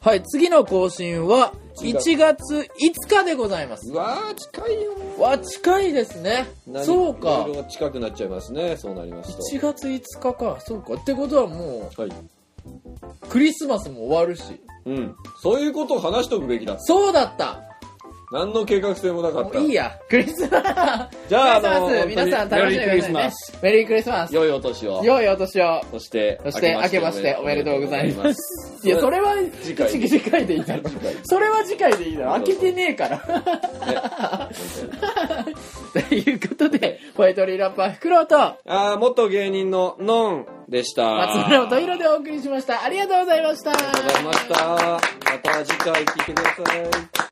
[SPEAKER 1] はい次の更新は1
[SPEAKER 2] 1
[SPEAKER 1] 月5日でございます
[SPEAKER 2] うわー近いよ
[SPEAKER 1] わ近いですねそうか
[SPEAKER 2] いろいろ近くなっちゃいますねそうなります
[SPEAKER 1] 1月5日かそうかってことはも
[SPEAKER 2] とはい、
[SPEAKER 1] うクリスマスも終わるし
[SPEAKER 2] うん、そういうことを話しておくべきだ
[SPEAKER 1] そうだった
[SPEAKER 2] 何の計画性もな
[SPEAKER 1] も
[SPEAKER 2] かっ
[SPEAKER 1] う
[SPEAKER 2] た
[SPEAKER 1] いいやクリスマス
[SPEAKER 2] じゃ
[SPEAKER 1] クリスマ
[SPEAKER 2] ああ
[SPEAKER 1] ス
[SPEAKER 2] の
[SPEAKER 1] 皆さん楽しんでください
[SPEAKER 2] 本当にメリークリスマ
[SPEAKER 1] ね
[SPEAKER 2] ス
[SPEAKER 1] メリークリスマス
[SPEAKER 2] 良いお年を。
[SPEAKER 1] 良いお年を
[SPEAKER 2] そして、
[SPEAKER 1] そして明けましておめでとうございますいやそ
[SPEAKER 2] れ、
[SPEAKER 1] れは
[SPEAKER 2] 次回
[SPEAKER 1] 次回でいいだろ
[SPEAKER 2] 次回
[SPEAKER 1] [LAUGHS] それは次回でいいだろ [LAUGHS] 開けてねえからということでポエトリーラッパーフクロウと
[SPEAKER 2] ああ、元芸人のノンでした。
[SPEAKER 1] 松村音色でお送りしましたありがとうございました
[SPEAKER 2] ありがとうございました。また次回聞いてください。